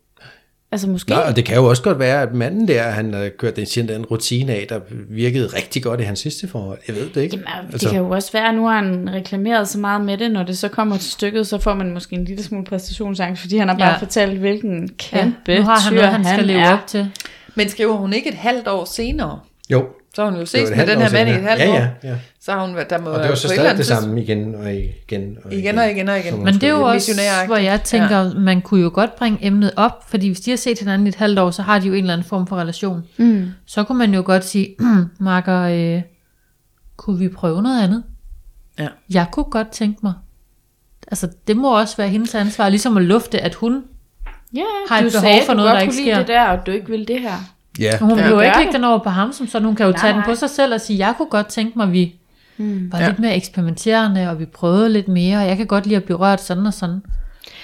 Altså måske. Nå, og det kan jo også godt være, at manden der, han har kørt den, sin den rutine af, der virkede rigtig godt i hans sidste forhold. Jeg ved det ikke. Jamen, altså- det kan jo også være, at nu har han reklameret så meget med det, når det så kommer til stykket, så får man måske en lille smule præstationsangst, fordi han har bare Ja. ja. fortalt, hvilken ja, kæmpe nu har han tyr noget, han skal leve er. op til. Men skriver hun ikke et halvt år senere? Jo, Så har hun jo det ses var et med halvt den år her mand i senere. et halvt ja, år. ja, ja. Så har hun været der må Og det var så på et eller stadig andet det tidspunkt- samme igen og igen og igen. Igen og igen og igen. Som Men Men hun det er jo skulle- også, missionæragtigt. hvor jeg tænker, ja. man kunne jo godt bringe emnet op, fordi hvis de har set hinanden i et halvt år, så har de jo en eller anden form for relation. Mm. Så kunne man jo godt sige, Marker, øh, kunne vi prøve noget andet? Ja. Jeg kunne godt tænke mig. Altså, det må også være hendes ansvar, ligesom at lufte, at hun, Ja, Har et du behov sagde, for du noget, godt der ikke kunne sker. lide det der, og du ikke vil det her. Ja, hun vil jo gør ikke det. lægge den over på ham, som sådan, hun kan jo Nej, tage den nej. på sig selv og sige, jeg kunne godt tænke mig, at vi mm. var ja. lidt mere eksperimenterende, og vi prøvede lidt mere, og jeg kan godt lide at blive rørt sådan og sådan.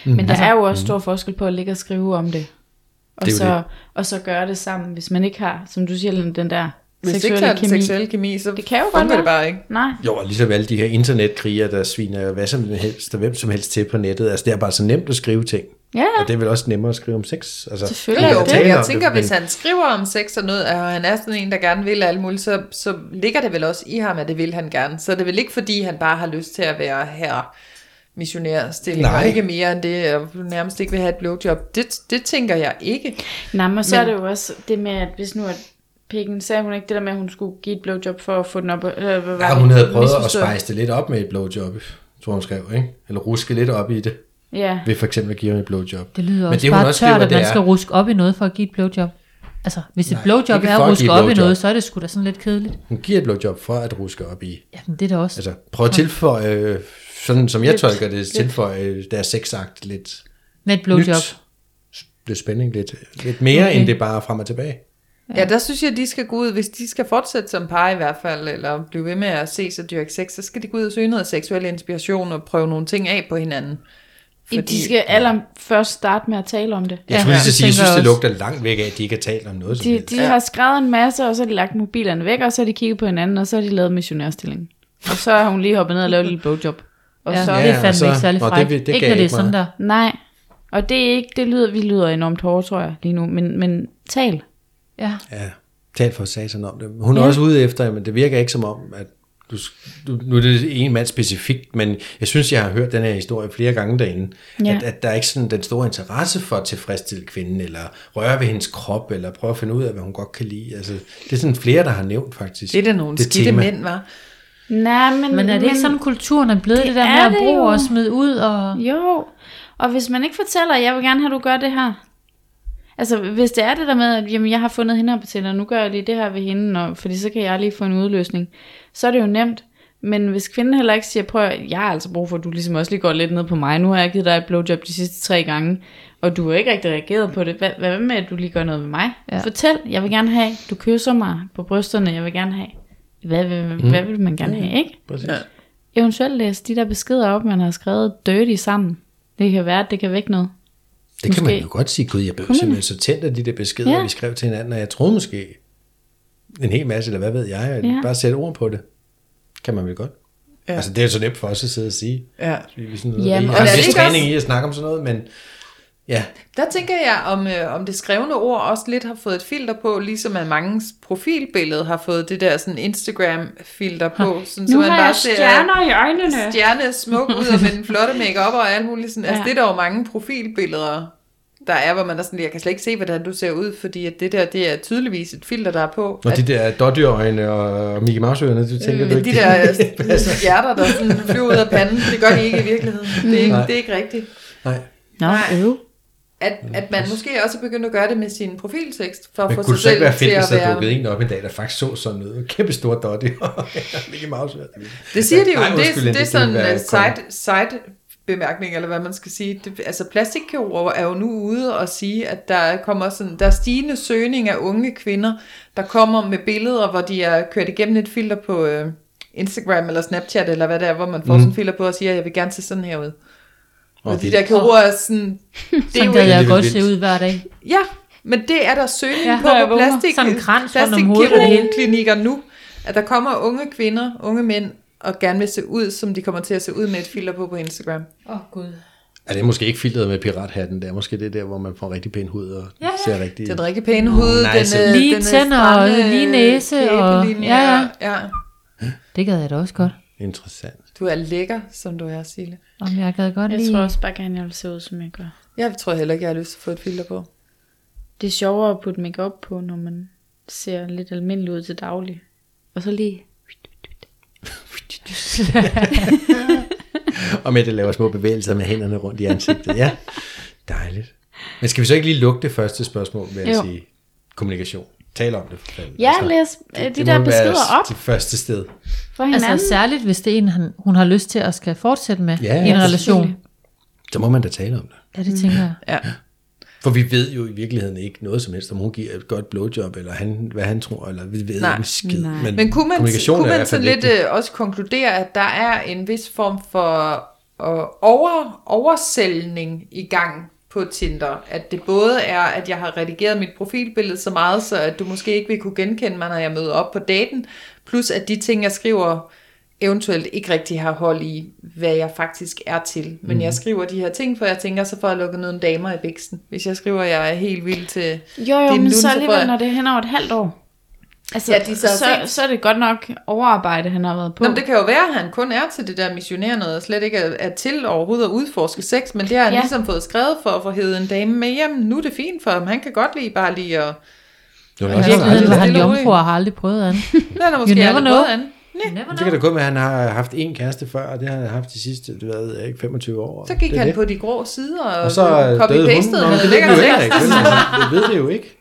Men der er jo også stor forskel på at ligge og skrive om det. Og, Det er så, jo og så gøre det sammen, hvis man ikke har, som du siger, Lene, den der Hvis ikke seksuelle der er kemi. den seksuelle kemi, så Det kan jo godt fungerer det være. bare ikke. Nej, Jo, og ligesom alle de her internetkriger, der sviner hvad som helst og hvem som helst til på nettet. Altså, det er bare så nemt at skrive ting. ja, Og det er vel også nemmere at skrive om sex. Altså, Selvfølgelig vi kan er Jo, det. tale men om jeg tænker, men- hvis han skriver om sex og noget, og han er sådan en, der gerne vil alt muligt, så, så ligger det vel også i ham, at det vil han gerne. Så er det vel ikke, fordi han bare har lyst til at være her missionærstilling, Nej. og ikke mere end det, og nærmest ikke vil have et blowjob. Det, det tænker jeg ikke. Nej, men så er det jo også det med, at hvis nu at pikken, sagde hun ikke det der med, at hun skulle give et blowjob for at få den op? Eller, hvad var Ja, det? hun havde prøvet at Misforstået. spejse det lidt op med et blowjob, tror hun skrev, ikke? Eller ruske lidt op i det, Ja, ved for eksempel at give ham et blowjob. Det lyder Men også det, hun bare også tørt, skriver, at det man er- skal ruske op i noget for at give et blowjob. Altså, hvis et Nej, blowjob ikke er for at at ruske give op i blowjob. noget, så er det sgu da sådan lidt kedeligt. Hun giver et blowjob for at ruske op i. Jamen, det er da også. Altså, prøv at tilføje, øh, sådan som jeg Lidt. tolker det, tilføje øh, deres sexagt lidt Med et blowjob. nyt. Lidt spænding, lidt, lidt mere, okay. end det bare er frem og tilbage. Ja. ja, der synes jeg, de skal gå ud, hvis de skal fortsætte som par i hvert fald, eller blive ved med at se og dyrke sex, så skal de gå ud og søge noget seksuel inspiration og prøve nogle ting af på hinanden. fordi... de skal allerførst starte med at tale om det. Jeg skulle det lige så sige, jeg tænker synes, jeg det også. lugter langt væk af, at de ikke har talt om noget som De, helst. de har skrevet en masse, og så har de lagt mobilerne væk, og så har de kigget på hinanden, og så har de lavet missionærstillingen. Og så har hun lige hoppet ned og lavet et lille blowjob. Og Ja, så... så, det er og fandme så- ikke særlig altså, Nå, det frækt. vil- det Ikke gav når det er ikke sådan der. meget. Nej, og det er ikke, det lyder, vi lyder enormt hårdt, tror jeg, lige nu, men, men tal. Ja. Ja, tal for satan om det. Hun er også ude efter, men det virker ikke som om, at du, du, nu er det en mand specifikt, men jeg synes, jeg har hørt den her historie flere gange derinde, Ja. ja. at, at der er ikke sådan den store interesse for at tilfredsstille kvinden, eller røre ved hendes krop, eller prøve at finde ud af, hvad hun godt kan lide. Altså, det er sådan flere, der har nævnt faktisk. Det er da nogle skidte tema. mænd, var. Nej, men, Men er det ikke sådan, kulturen er blevet det, det der er med at det bruge jo. og smide ud? Og... Jo, og hvis man ikke fortæller, jeg vil gerne have, at du gør det her. Altså, hvis det er det der med, at jamen, jeg har fundet hende her på Tinder, nu gør jeg lige det her ved hende, og, fordi så kan jeg lige få en udløsning, så er det jo nemt. Men hvis kvinden heller ikke siger, prøv at høre, jeg har altså brug for, at du ligesom også lige går lidt ned på mig. Nu har jeg givet dig et blowjob de sidste tre gange, og du har ikke rigtig reageret på det. Hvad, hvad med, at du lige gør noget ved mig? Ja. Ja. Fortæl, jeg vil gerne have, du kysser mig på brysterne, jeg vil gerne have. Hvad vil, mm. hvad vil man gerne have, ikke? Præcis. Ja. Eventuelt læs de der beskeder op, man har skrevet dirty sammen. Det kan være, at det kan vække noget. Det kan man Måske. jo godt sige. Gud, jeg blev simpelthen så tændt af de der beskeder, ja. Ja. vi skrev til hinanden, og jeg troede måske en hel masse, eller hvad ved jeg, ja. Ja. bare sætte ord på det. Kan man vel godt. Ja. Altså, det er jo så nemt for os at sidde og sige. Ja. Vi er sådan noget, Jamen, Jamen, jeg og har det er lidt ikke træning også- i at snakke om sådan noget, men ja, Der tænker jeg, om, øh, om det skrevne ord også lidt har fået et filter på, ligesom at mange profilbillede har fået det der sådan Instagram-filter på. Sådan, så man bare ser i øjnene. stjerne smuk ud og med den flotte makeup og alt muligt. Sådan. Ja. Altså, Ja. det er der jo mange profilbilleder, der er, hvor man er sådan, jeg kan slet ikke se, hvordan du ser ud, fordi at det der, det er tydeligvis et filter, der er på. og at, de der dårdyrøjne og Mickey Mouse-øjne, du tænker, du men ikke, de der øh, hjerter, der sådan flyver ud af panden, det gør de ikke i virkeligheden. Det er ikke, det er ikke rigtigt. Nej, Nå, Nej. øv. At, at man måske også er begyndt at gøre det med sin profiltekst, for at men få kunne sig det så selv ikke være til fedt, at hvis der dukkede være... en op en dag, der faktisk så sådan ud? Kæmpe store dårdyrøjne og Mickey Mouse-øjne. Det siger de jo, Nej, det, undskyld, det, det er ville sådan være en konge. side, side bemærkning, eller hvad man skal sige. Det, altså plastikkirurger er jo nu ude og sige, at der kommer sådan, der er stigende søgning af unge kvinder, der kommer med billeder, hvor de er kørt igennem et filter på øh, Instagram eller Snapchat, eller hvad det er, hvor man får mm. sådan en filter på og siger, at jeg vil gerne se sådan her ud. Og de det- der kirurger er sådan, det er Sådan jo kan ikke- jeg Det er godt se vildt. ud hver dag. Ja, men det er der søgning ja, Ja, på når jeg på vågner. plastik, Sådan en krans rundt om hovedet og det hele. plastikkirurgklinikker nu, at der kommer unge kvinder, unge mænd, og gerne vil se ud, som de kommer til at se ud med et filter på på Instagram. Åh, oh, Gud. Ja, det er måske ikke filtret med pirathatten, det er måske det der, hvor man får rigtig pæn hud og ja, ser rigtig... Den rigtig pæne hud, nej, den, så- øh, Lige den øh, tænder og stramme, øh, lige næse og- kæbelinje, ja, ja. ja. Det gad jeg da også godt. Interessant. Du er lækker, som du er, Sille. Om jeg gad godt Jeg lige... tror også bare gerne, jeg vil se ud, som jeg gør. Jeg tror heller ikke, jeg har lyst til at få et filter på. Det er sjovere at putte makeup på, når man ser lidt almindelig ud til daglig. Og så lige... Og med det laver små bevægelser med hænderne rundt i ansigtet. Ja, dejligt. Men skal vi så ikke lige lukke det første spørgsmål med at Jo. sige kommunikation? Tal om det for fanden. Ja, Altså, læs øh, de det der må være beskeder op Det første sted. for hinanden. Altså særligt, hvis det er en, han, hun har lyst til at skal fortsætte med Ja, i en ja, relation. Så må man da tale om det. Ja, det tænker jeg. Ja. For vi ved jo i virkeligheden ikke noget som helst, om hun giver et godt blowjob, eller han, hvad han tror, eller vi ved Nej. ikke en skid. Nej. Men kunne man, kommunikation kunne er man i hvert fald sådan lidt vigtig. øh, også konkludere, at der er en vis form for øh, over, oversælgning i gang på Tinder? At det både er, at jeg har redigeret mit profilbillede så meget, så at du måske ikke vil kunne genkende mig, når jeg møder op på daten, plus at de ting, jeg skriver, eventuelt ikke rigtig har hold i, hvad jeg faktisk er til. Men mm. Mhm. jeg skriver de her ting, for jeg tænker, så får jeg lukket nogle damer i bæksten. Hvis jeg skriver, at jeg er helt vild til Jo, jo, din men så lunse, får jeg- alligevel, når det er hen over et halvt år. Altså, Ja, de er så så, så, sent. så er det godt nok overarbejde, han har været på. Nå, men det kan jo være, at han kun er til det der missionær noget, og slet ikke er, er til overhovedet at udforske sex, men det har han ja. Ja. ligesom fået skrevet for at få hævet en dame med hjem. Nu er det fint for ham, han kan godt lide bare lige at... Det, I var også Ja, virkeligheden dejligt. var han Stille og jomfru og har aldrig prøvet andet. Det er der måske never aldrig know. noget andet. det kan da kun være, at han har haft en kæreste før, og det har han haft de sidste, du ved, ikke, 25 år. Så gik det er han det. på de grå sider og, og så øh, døde hun. copy-pastede Nå, men noget det ved vi lækkert jo ikke. sex. rigtig, vel? Altså, Vi ved det jo ikke.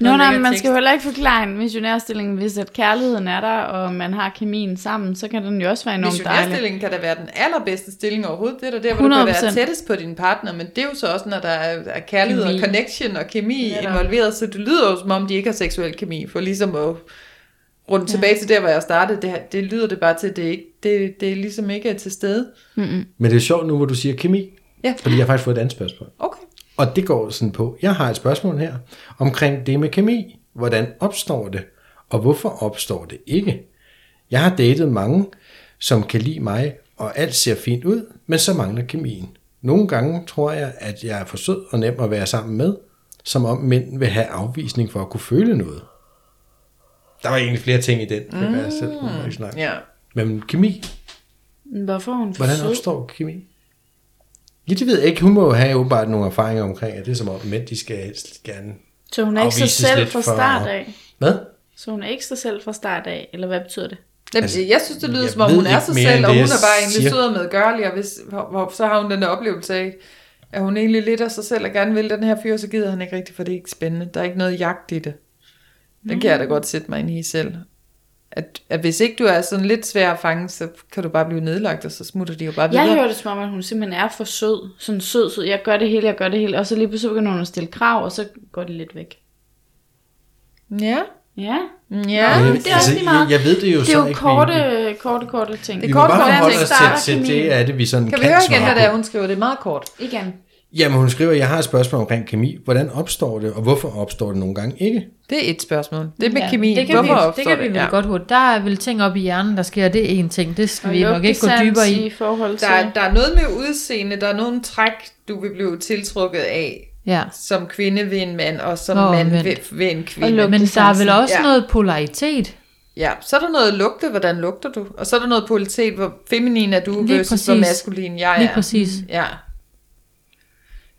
Nå, Noget nej, lækker men man tekst. skal jo heller ikke forklare en missionærstilling, hvis at kærligheden er der, og man har kemien sammen, så kan den jo også være enormt dejlig. Missionærstillingen kan da være den allerbedste stilling overhovedet. Det er da der, hvor 100%. du kan være 100%. tættest på din partner, men det er jo så også, når der er er kærlighed kemi. og Kemi. connection og kemi ja, involveret, så det lyder jo, som om de ikke har seksuel kemi, for ligesom at rundt tilbage til der, hvor jeg startede, det, det lyder det bare til, at det, ikke, det, det er ligesom ikke er til stede. Men det er sjovt nu, hvor du siger kemi, Ja. fordi jeg har faktisk fået et andet spørgsmål. Okay. Og det går sådan på, jeg har et spørgsmål her omkring det med kemi. Hvordan opstår det, og hvorfor opstår det ikke? Jeg har datet mange, som kan lide mig, og alt ser fint ud, men så mangler kemien. Nogle gange tror jeg, at jeg er for sød og nem at være sammen med, som om mænd vil have afvisning for at kunne føle noget. Der var egentlig flere ting i den, mm. jeg selv kunne snakke. Ja. Men kemi, Hvorfor er hun for Hvordan sød? opstår kemi? Ja, det ved jeg ikke. Hun må jo have åbenbart nogle erfaringer omkring, at det er som om, mænd de skal helst gerne Så hun er ikke sig afvises selv lidt fra for- start af? Hvad? Så hun er ikke sig selv fra start af, eller hvad betyder det? Altså, jeg synes, det lyder, jeg som om ved hun er ikke sig mere end selv, og det, hun jeg er bare egentlig siger. sød og medgørlig, og hvis, hvor, hvor, så har hun den der oplevelse af, at hun egentlig lidt af sig selv og gerne vil den her fyr, så gider han ikke Mm. rigtigt, for det er ikke spændende. Der er ikke noget jagt i det. Den kan jeg da godt sætte mig ind i selv. At, at hvis ikke du er sådan lidt svær at fange, så kan du bare blive nedlagt, og så smutter de jo bare videre. Jeg hører det som om, at hun simpelthen er for sød. Sådan sød, sød. Jeg gør det hele, jeg gør det hele. Og så lige pludselig begynder hun at stille krav, og så går det lidt væk. Ja. Ja. Mm, Ja. men det er også lige meget. Altså, jeg, jeg ved det jo Det så er jo ikke, korte, men korte, korte ting. Vi Det må korte bare forhandling holde os starter til, til det, er det, vi sådan Kan kan, vi høre igen, svare hvad på. det er, hun skriver? Det er meget kort. Igen. Jamen, hun skriver, jeg har et spørgsmål omkring kemi. Hvordan opstår det, og hvorfor opstår det nogle gange ikke? Det er et spørgsmål. Det med ja, kemi. det kan Hvorfor vi, det opstår kan vi vel ja. godt hurtigt. Der er vel ting op i hjernen, der sker, det er en ting. Det skal Og vi nok ikke gå lugtesans dybere i i. forhold til... Der, er- der er noget med udseende, der er nogle træk, du vil blive tiltrukket af Ja. som kvinde ved en mand, og som Nå, Nå, mand ved, omvendt. ved en kvinde. Men der er vel også ja. noget polaritet. Ja, så er der noget lugte, hvordan lugter du? Og så er der noget politet, hvor feminin er du, Lige versus hvor præcis. maskulin jeg er. Mm. Lige præcis. Ja.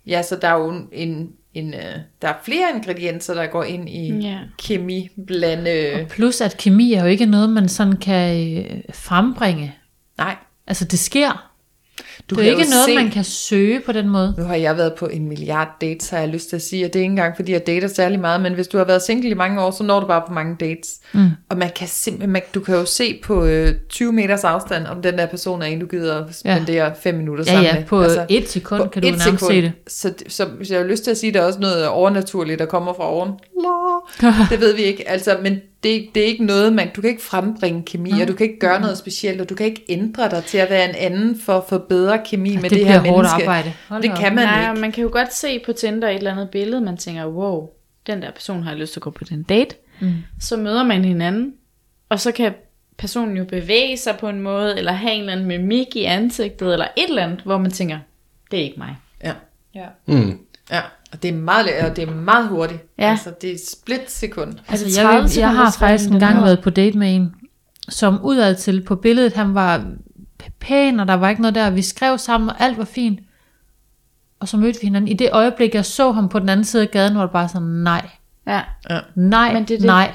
Ja, så der er jo en, en, en øh, der er flere ingredienser, der går ind i Ja. kemi blandt... Øh, Plus at kemi er jo ikke noget, man sådan kan øh, frembringe. nej, Altså det sker. du det er jo ikke noget, man kan søge på den måde. Nu har jeg været på en milliard dates, har jeg lyst til at sige, og det er ikke engang, fordi jeg dater særlig meget, men hvis du har været single i mange år, så når du bare på mange dates. Mm. Og man kan simpelthen, man, du kan jo se på øh, 20 meters afstand, om den der person er en, du gider at Ja. spendere 5 minutter Ja, sammen ja, med. Altså, på et sekund kan du et nærmest se det. Så, så, så jeg har lyst til at sige, at der er også noget overnaturligt, der kommer fra oven. Lå. Det ved vi ikke, altså, men det, det er ikke noget, man, du kan ikke frembringe kemi, og du kan ikke gøre noget specielt, og du kan ikke ændre dig til at være en anden for at forbedre kemi med det det, her bliver hårdt menneske. arbejde. Hold det da op. kan man Nej, ikke. og man kan jo godt se på Tinder et eller andet billede, man tænker, wow, den der person har jeg lyst til at gå på den date. Mm. Så møder man hinanden, og så kan personen jo bevæge sig på en måde, eller have en eller anden mimik i ansigtet, eller et eller andet, hvor man tænker, det er ikke mig. Ja. Ja. Hmm. ja. Og det er meget, la- og det er meget hurtigt. Ja. Altså, det er split sekund. Altså, Altså, jeg, 30 vil- jeg har sekunders faktisk reglen, den engang hedder. været på date med en, som udad til på billedet, han var p- pæn, og der var ikke noget der. Vi skrev sammen, og alt var fint. Og så mødte vi hinanden. I det øjeblik, jeg så ham på den anden side af gaden, var det bare sådan, nej, Ja. nej, Men Men det er det, det. det... nej,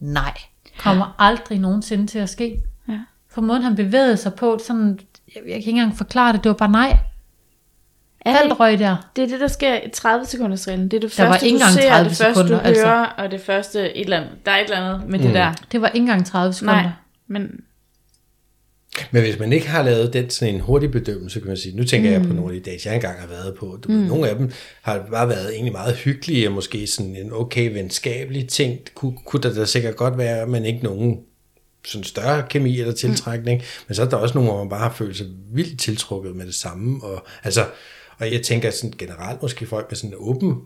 nej. Kommer aldrig nogensinde til at ske. Ja. For måden, han bevægede sig på, sådan, jeg, jeg kan ikke engang forklare det, det var bare nej. Er det, Alt røg der. det er det, der sker i 30 sekunders reglen. Det er det Der var første, ikke du engang ser, 30 det første, du sekunder, altså. hører, og det første et eller andet. Der er et eller andet med mm. det der. Det var ikke engang 30 sekunder. Nej, Nej. men Men hvis man ikke har lavet den sådan en hurtig bedømmelse, kan man sige, nu tænker mm. jeg på nogle af de dates, jeg engang har været på. Du, mm. Nogle af dem har bare været egentlig meget hyggelige, og måske sådan en okay venskabelig ting. Kunne, kunne der da sikkert godt være, men ikke nogen sådan større kemi eller tiltrækning. Mm. Men så er der også nogle, hvor man bare har følt sig vildt tiltrukket med det samme. Og, altså, og jeg tænker sådan generelt måske folk med sådan en åben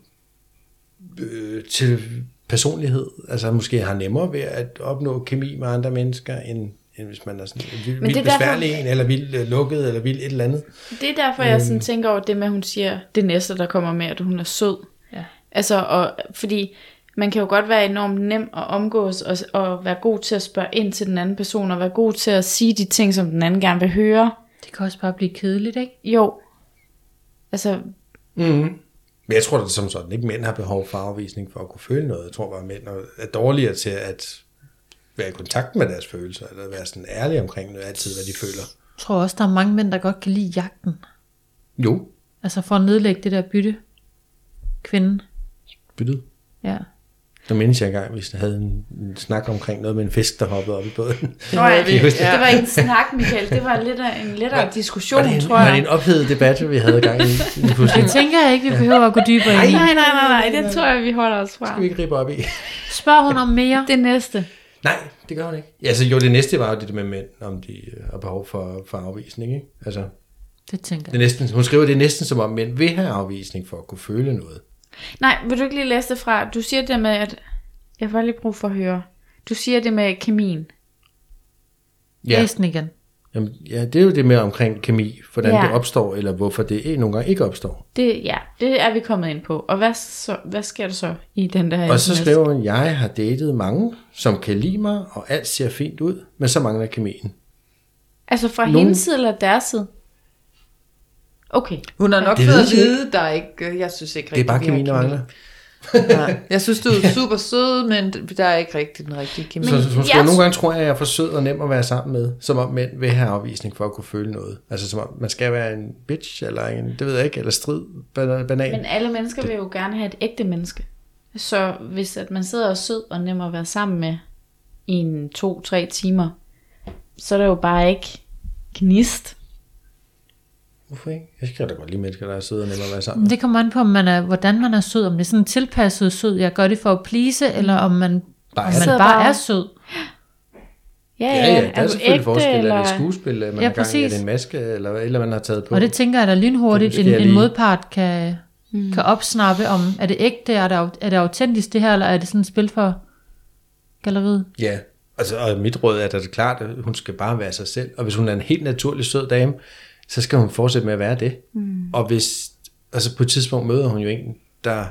øh, til personlighed, altså måske har nemmere ved at opnå kemi med andre mennesker, end, end hvis man er sådan en vild, Men det er vild derfor- besværlig en, eller vild øh, lukket, eller vild et eller andet. Det er derfor, jeg Øh. sådan tænker over det med, at hun siger, det næste, der kommer med, at hun er sød. Ja. Altså, og, fordi man kan jo godt være enormt nem at omgås, og, og være god til at spørge ind til den anden person, og være god til at sige de ting, som den anden gerne vil høre. Det kan også bare blive kedeligt, ikke? Jo. Altså, Mm. Men jeg tror da som sådan ikke, mænd har behov for afvisning for at kunne føle noget. Jeg tror bare, at mænd er- er dårligere til at være i kontakt med deres følelser, eller være sådan ærlige omkring noget, altid, hvad de føler. Jeg tror også, der er mange mænd, der godt kan lide jagten. Jo, Altså for at nedlægge det der bytte. Kvinden. byttet. Ja. Der mindes jeg engang, hvis jeg havde en, en snak omkring noget med en fisk, der hoppede op i båden. det var, vi. Ja. det var ikke en snak, Michael. Det var lidt af en lettere diskussion, var det en, tror jeg. var det en ophedet debat, vi havde gang i? Lige pludselig. Det tænker jeg ikke, vi behøver at gå dybere ind i. Nej, nej, nej, nej. Det tror jeg, vi holder os fra. skal vi ikke rippe op i. Spørger hun om mere? Det næste. Nej, det gør hun ikke. Ja, altså jo, det næste var jo det der med mænd, om de øh, har behov for, for afvisning, ikke? Altså, Det tænker det er jeg. næsten, hun skriver, det er næsten som om mænd vil have afvisning for at kunne føle noget. Nej, vil du ikke lige læse det fra? Du siger det med, at... Jeg får lige brug for at høre. Du siger det med kemien. Ja, Læs den igen. jamen, ja det er jo det med omkring kemi, hvordan Ja. ja. det opstår, eller hvorfor det eh, nogle gange ikke opstår. Det, ja, det er vi kommet ind på. Og hvad, så, hvad sker der så i den der øh, Og så sms? skriver hun, jeg har datet mange, som kan lide mig, og alt ser fint ud, men så mangler kemien. Altså fra Nogen- hendes side eller deres side? Okay. Hun har nok Det fået ved at jeg vide, der er ikke, øh, jeg synes ikke Det er rigtigt, bare vi har kemien, der mangler. Ja. Jeg synes, du er super sød, men der er ikke rigtig den rigtige kemi. Så, så hun jeg skriver, tr- nogle gange tror jeg, at jeg er for sød og nem at være sammen med, som om mænd vil have afvisning for at kunne føle noget. Altså som om man skal være en bitch, eller en, det ved jeg ikke, eller strid, ban- banan. Men Men, alle mennesker vil jo gerne have et ægte menneske. Så hvis at man sidder og er sød og nem at være sammen med, i en to-tre timer, så er der jo bare ikke gnist. Hvorfor ikke? Jeg skal da godt lide mennesker, der er søde og nemmere at være sammen. Men Det kommer an på, om man er, hvordan man er sød. Om det er sådan tilpasset sød, jeg gør det for at please, eller om man Bare bare, om er man det. bare er sød. Ja, Ja, ja, der du er selvfølgelig ægte, forskel. Eller... Er det et eller- skuespil, man ja, Ja, har gang i? Er det præcis. en maske, eller, eller man har taget på? Og det tænker jeg da lynhurtigt, Det skal jeg en, en lige- modpart kan, mm. kan opsnappe om, er det ægte, er det, au- er det autentisk det her, eller er det sådan et spil for galleriet? Ja, altså, og mit råd er da det klart, at hun skal bare være sig selv. Og hvis hun er en helt naturlig sød dame, så skal hun fortsætte med at være det. Mm. Og hvis, altså på et tidspunkt møder hun jo en, der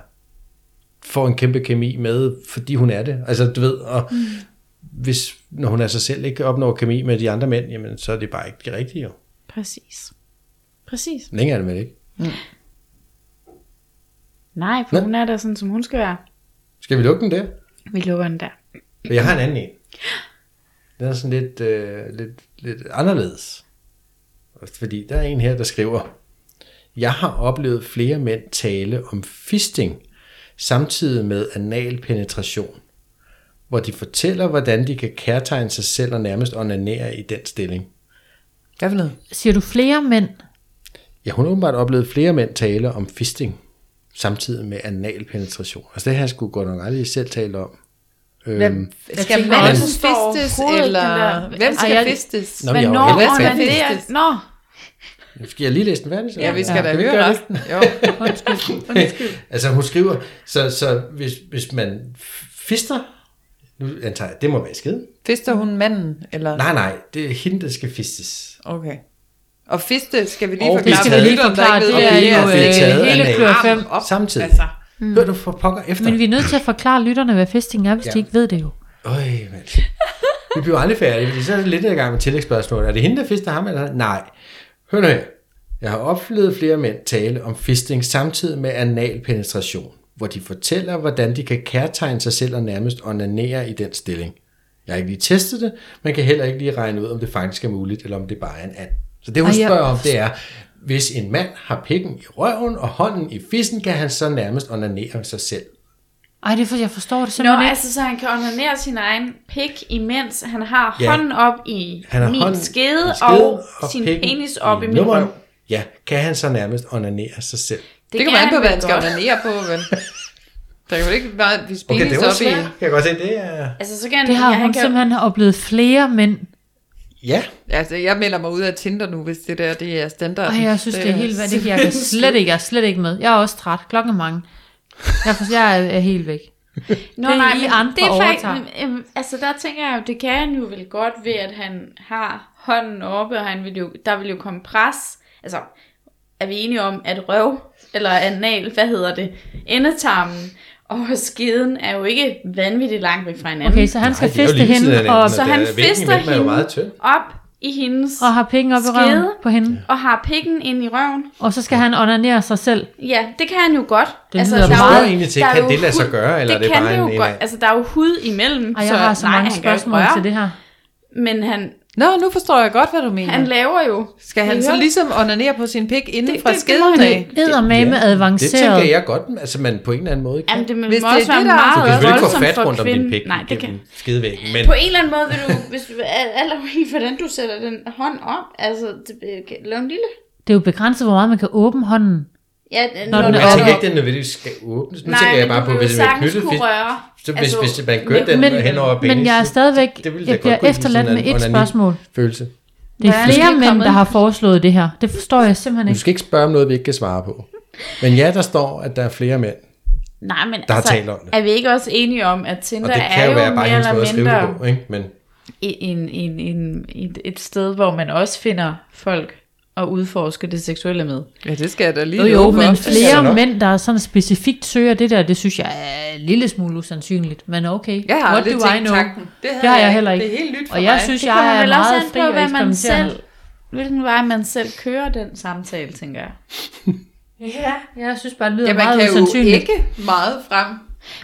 får en kæmpe kemi med, fordi hun er det. Altså du ved, og mm. hvis, når hun er sig selv ikke opnår kemi med de andre mænd, jamen så er det bare ikke det rigtige jo. Præcis. Præcis. Længere er det med det ikke. Nej, for Nå. hun er der sådan, som hun skal være. Skal vi lukke den der? Vi lukker den der. Men jeg har en anden en. Den er sådan lidt, øh, lidt, lidt anderledes. Fordi der er en her, der skriver, Jeg har oplevet flere mænd tale om fisting, samtidig med anal penetration, hvor de fortæller, hvordan de kan kærtegne sig selv og nærmest onanere i den stilling. Hvad for noget? Siger du flere mænd? Ja, hun har åbenbart oplevet flere mænd tale om fisting, samtidig med anal penetration. Altså det har jeg sgu godt nok aldrig selv talt om. Øhm, Jeg skal tænker manden også- fistes, overhovedet eller den der- hvem skal Ej, jeg- fistes? Nå, men jeg har Hvornår jo heller ikke talt om onanerer... det. Nå, skal jeg lige læse den færdig? så? Ja, vi skal da Kan høre gøre det? resten. Jo. altså hun skriver, så, så hvis, hvis man fister, nu antager jeg, det må være skid. Fister hun manden? Eller? Nej, nej, det er hende, der skal fistes. Okay. Og fiste skal vi lige Og forklare. det skal for vi lige lytteren, der forklare. Det ikke ved, hvad er jo, Og blive øh, taget hele af klør nagen fem. Op, Samtidig. altså. Mm. Hør du for pokker efter? Men vi er nødt til at forklare lytterne, hvad fisting er, hvis Ja. ja. de ikke ved det jo. Øj, mand. Vi bliver jo aldrig færdige, fordi så er det lidt i gang med tillægsspørgsmål. Er det hende, der fister ham? Eller? Nej. Hør nu her. Jeg har oplevet flere mænd tale om fisting samtidig med anal penetration, hvor de fortæller, hvordan de kan kærtegne sig selv og nærmest onanere i den stilling. Jeg har ikke lige testet det, men kan heller ikke lige regne ud, om det faktisk er muligt, eller om det bare er en and. Så det, hun Ej, jeg- spørger om, det er, hvis en mand har pikken i røven og hånden i fissen, kan han så nærmest onanere sig selv. Ej, det er for, jeg forstår det Nå simpelthen Nå, ikke. altså så han kan onanere sin egen pik, imens han har Ja. hånden op i Han har min hånden skede, i og, og sin pikken penis op i, min nummeren. røv. Ja, kan han så nærmest onanere sig selv. Det kan man an han på, hvad vel han skal godt. onanere på, vel? Der kan vel ikke bare, hvis Okay, penis det okay, var op i... svært. Kan jeg godt se, det er... Altså så kan han, Det har ja, hun han kan, simpelthen oplevet flere mænd. Ja, Altså, jeg melder mig ud af Tinder nu, hvis det der det er standard. Ej, jeg synes, det, er helt vanvittigt. Jeg kan slet ikke, jeg er slet ikke med. Jeg er også træt. Klokken er mange. Jeg, for, jeg er, er helt væk. Nå, Det er nej, I men andre, det er der faktisk, øhm, altså der tænker jeg jo, det kan han jo vel godt ved, at han har hånden oppe, og han vil jo, der vil jo komme pres. Altså, er vi enige om, at røv, eller anal, hvad hedder det, endetarmen og skeden er jo ikke vanvittigt langt væk fra hinanden. Okay, så han skal det er jo fiste lige ved siden hende, af og, hinanden, så det han er vigtigt, fister men man er jo hende meget tynd. op i hendes, og har penge op i røven Skede. på hende. og har pikken ind i røven. Og så skal han onanere sig selv. Ja, det kan han jo godt. Altså, Det lyder der er meget jo- egentlig til, der er kan jo det lade sig hud- gøre, eller er det kan bare det en- jo en- godt. Altså, der er jo hud imellem. Ej, jeg har så nej, mange han kan jo ikke spørgsmål røre. til det her. Men han, Nå, nu forstår jeg godt, hvad du mener. han laver jo... Skal han Vi så hører- ligesom onanere på sin pik inden Det- fra det- det må skeden han af? ikke. Eddermame ja. ja, det tænker avanceret. jeg godt, altså man på en eller anden måde kan. Jamen, det må Hvis det er også det, være der er- du kan meget selvfølgelig ikke få voldsomt fat for rundt om din kvinden. pik Nej, det kan... gennem skidevæggen, men På en eller anden måde vil du, hvis du, al- alt afhængig hvordan du sætter den hånd op, altså, det, øh, kan- lav en lille... Det er jo begrænset, hvor meget man kan åbne hånden. Ja, Nå, den Men er jeg op. tænker ikke, den nødvendigvis skal åbnes. Nu Nej, tænker jeg men bare du på, vil jo hvis man sagtens knytter kunne fisk. røre. Så hvis, Altså, hvis man gør den Men, hen over penis, men jeg er stadigvæk, det ville da jeg godt bliver kunne give efterladt sådan med en et onani- spørgsmål. følelse. Det er Hvordan er flere det mænd, kommet? der har foreslået det her. Det forstår jeg simpelthen Du ikke. skal ikke spørge om noget, vi ikke kan svare på. Men ja, der står, at der er flere mænd. Nej, men Der har altså, talt om det. er vi ikke også enige om, at Tinder Og det er kan jo være bare mere hendes måde at eller skrive det mindre på, ikke? Men en, en, en, et, et sted, hvor man også finder folk og udforsker det seksuelle med. Ja, det skal jeg da lige Altså, Jo, jo, love for. men er der flere nok. mænd, der sådan specifikt søger det der, det synes jeg er en lille smule usandsynligt. Men okay, Jeg har what aldrig do I tænkt know? tanken. Det, havde Det har jeg heller ikke. Det er helt nyt for Og jeg mig. synes, Det kommer jeg er vel også meget an fri på, og hvad man selv, eksperimenterende. hvilken vej man selv kører den samtale, tænker jeg. Jeg synes bare, det lyder Ja, man meget kan jo usandsynligt. ikke meget frem.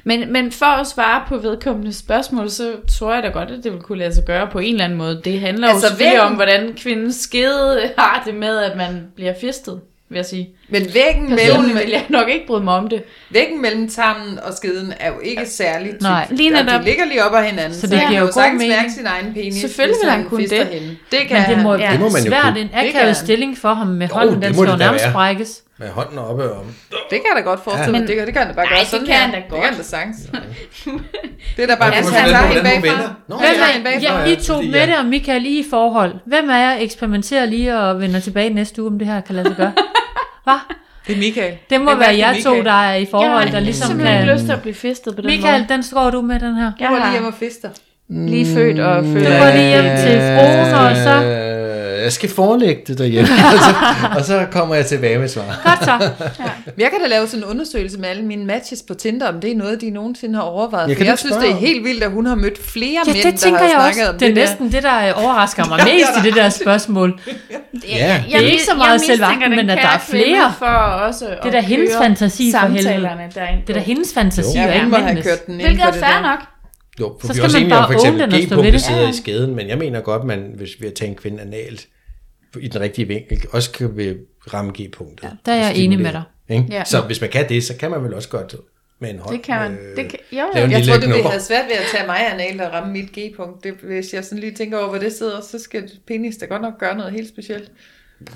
Men, men for at svare på vedkommende spørgsmål, så tror jeg da godt, at det vil kunne lade sig gøre på en eller anden måde. Det handler altså, Altså, jo selvfølgelig hvem- om, hvordan kvindens skede har det med, at man bliver fistet. vil jeg sige. Men væggen Personligt mellem, vil jeg nok ikke bryde mig om det. væggen mellem tarmen og skeden er jo ikke særlig tyk. Nej, lige Og netop. De ligger lige op ad hinanden, så, det så han giver kan jo jo god sagtens mening. mærke sin egen penis, Selvfølgelig hvis vil han han kunne fister det. hende. Det kan Men det må, han. ja. Det må man jo svært kunne. en kan han. akavet stilling for ham med hånden. det den må skal jo det da nærmest være. sprækkes. Med hånden oppe om. Det kan jeg da godt forestille mig. Men- Det, kan- det kan han da bare Nej, gøre det sådan kan her. han da Det godt. kan han da sagtens. Det er da bare, Ja, hvis så han han tager ved, hende hvordan hun bagfra. vender. Nå, Hvem Ja, er, en bagfra. ja, I to, fordi jeg- Mette og Michael, I er i forhold. Hvem af jer eksperimenterer lige og vender tilbage næste uge, om det her kan lade sig gøre? Hva? Det er Michael. Det må Det er være jer Michael. to, der er i forhold, der jeg har ligesom simpelthen ikke kan... lyst til at blive fistet på den Michael, måde. den står du med, den her. Jeg Jeg var lige hjemme har Mm. og fister. lige født og født. Du går lige hjem til fruen, og så... Øh, jeg skal forelægge det derhjemme, og så, og så kommer jeg tilbage med svar. Godt så. Men jeg kan da lave sådan en undersøgelse med alle mine matches på Tinder, om det er noget, de nogensinde har overvejet. Ja, Jeg, for kan du jeg ikke synes, spørge det er om- helt vildt, at hun har mødt flere Ja, mænd, det der tænker har jeg snakket også. om Det det, er næsten det, der overrasker mig mest i det der spørgsmål. Ja. Jeg, Det er ikke så meget selve akten, men at der er flere. For også Det er da hendes fantasi for helvede. derinde. Det er da hendes fantasi, Jo. der. og Ja, ikke hun må have mændenes. kørt den ind Hvilket på er det fair der. nok. Jo, Så for så skal vi er også man enige om bare for eksempel åbne den og stå G-punktet ved det. sidder i skeden, men jeg mener godt, man, hvis vi har taget en kvinde analt i den rigtige vinkel, også kan vi ramme G-punktet. Altså, Ja, der er jeg enig med dig. Ikke? Ja. Ja. Så hvis man kan det, så kan man vel også godt med en hånd. Øh, Det kan man. Det kan, jo, lave jo. en Jeg lille tror, det ville knopper. have svært ved at tage mig anal og ramme mit G-punkt. Det, hvis jeg sådan lige tænker over, hvor det sidder, så skal penis da godt nok gøre noget helt specielt.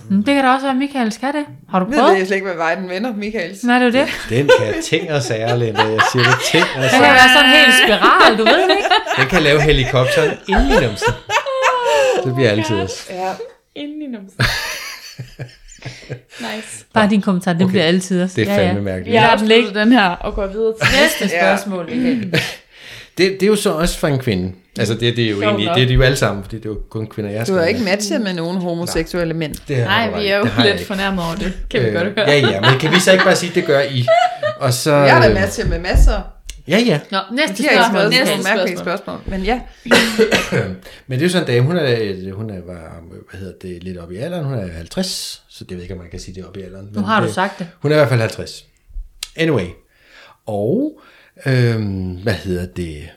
Mm, Det kan da også være, at Michael skal det. Har du Ved det, prøvet? jeg slet ikke, hvad vej den vender, Michaels. Nej, det er jo det. Den kan ting og sager, Linda. Jeg siger det, ting og Det kan sager. være sådan en helt spiral, du ved det ikke. Den kan lave helikopteren inden i dem. Det bliver altid også. Ja. Inden i numsen. nice. Bare din kommentar, det okay. bliver altid også. Det er fandme mærkeligt. Jeg Lad den afslutter ligge. den her og går videre til næste spørgsmål. Det, det er jo så også for en kvinde. Altså det, det er jo Sjovt egentlig, nok. det er de jo alle sammen, fordi det er jo kun kvinder, jeg Du skal har med. ikke matchet med nogen homoseksuelle mænd. Det har Nej, du vi ret i. er jo Det har jeg lidt ikke. Øh, fornærmet over det. Kan vi godt høre. Ja, ja, men kan vi så ikke bare sige, det gør I? Og så, Jeg har da øh, matchet med masser. Ja, ja. Nå, næste De har ikke spørgsmål. skrevet sådan Næste nogle mærkelige spørgsmål. spørgsmål. Men ja, Men det er jo sådan en dame, hun er, øh, hun er var, hvad hedder det, lidt oppe i alderen, hun er 50, så det ved jeg ikke, om man kan sige det er oppe i alderen. Nu har du sagt det. Hun er i hvert fald 50. Anyway. Og, øhm, hvad hedder det?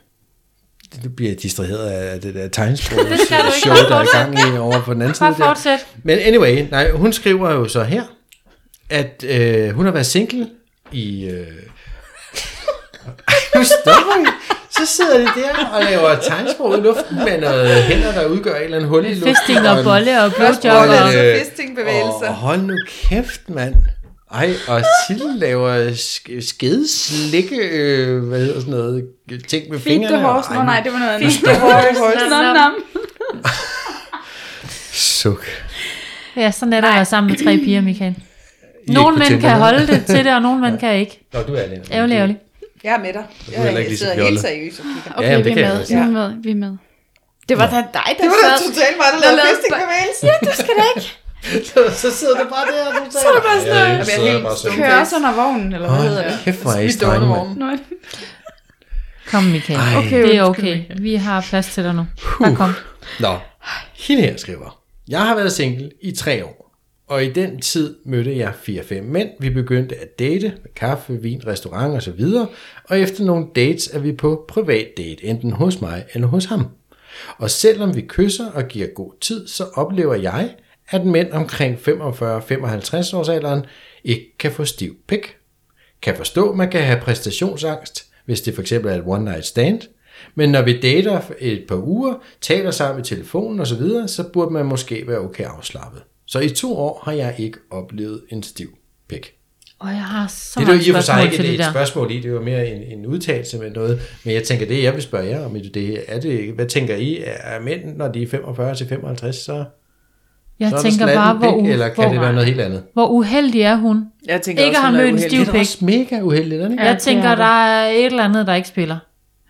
Nu bliver jeg distraheret af det der tegnsprog, det skal du ikke. show, der er i gang i over på den anden side. Bare der. fortsæt. Men anyway, nej, hun skriver jo så her, at øh, hun har været single i... Øh... nu stopper vi. Så sidder de der og laver tegnsprog i luften med noget hænder, der udgør et eller andet hul i luften. Fisting og en- bolle og blowjob. og, og- så øh, Altså fistingbevægelser. Og hold nu kæft, mand. Ej, og Sille laver sk- skedeslikke, øh, hvad hedder sådan noget, ting med Feed the fingrene. horse. Nå Ej, nej, det var noget andet. det er hårdt højst. Nom, nom, nom. Suk. Ja, sådan er der at være sammen med tre piger, Michael. I er Nogle ikke på mænd Tinder, kan vel? holde det til det, og nogle mænd kan ikke. Nå, du er alene. Ærgerlig, ærgerlig. Jeg er med dig. er heller ikke Jeg lige så sidder helt fjollet. seriøst og kigger. Ja, Okay, jamen, vi det er kan jeg med. godt Vi er se. med. Vi er med. Det var da dig, der Det var da sad. totalt mig, der Der lavede lavede- fistingbevægelser. Ja, du skal da ikke Så sidder du bare der, og du tager. Så er du bare sådan noget. Jeg bliver helt stum. køre os under vognen, eller hvad hedder det? Hold kæft, hvor er I Vi står strenge, under mand. vognen. Nå, Kom, Michael. Ej. Okay, det er okay. Vi har plads til dig nu. Bare kom. Nå, hende her skriver, jeg har været single i tre år, og i den tid mødte jeg 4-5 mænd. Vi begyndte at date med kaffe, vin, restaurant og så videre, og efter nogle dates er vi på privat date, enten hos mig eller hos ham. Og selvom vi kysser og giver god tid, så oplever jeg, at mænd omkring 45-55 års alderen ikke kan få stiv pik. Kan forstå, at man kan have præstationsangst, hvis det for eksempel er et one night stand. Men når vi dater et par uger, taler sammen i telefonen osv., så, videre, så burde man måske være okay afslappet. Så i to år har jeg ikke oplevet en stiv pik. Og jeg har så Det er jo mange i og for sig spørgsmål ikke til det et, et der. spørgsmål i, det var mere en, en udtalelse med noget, men jeg tænker, det jeg vil spørge jer om, i det her, er det, hvad tænker I, er mænd, når de er 45-55, så, Jeg så er tænker der bare, slatten hvor, pik, u- eller kan det være hvor, noget helt andet? hvor uheldig er hun? Jeg tænker Ikke også, har hun er mødt en uheldig. stiv Det er da også mega uheldigt, er det ikke? Ja, Jeg det tænker, er det. der er et eller andet, der ikke spiller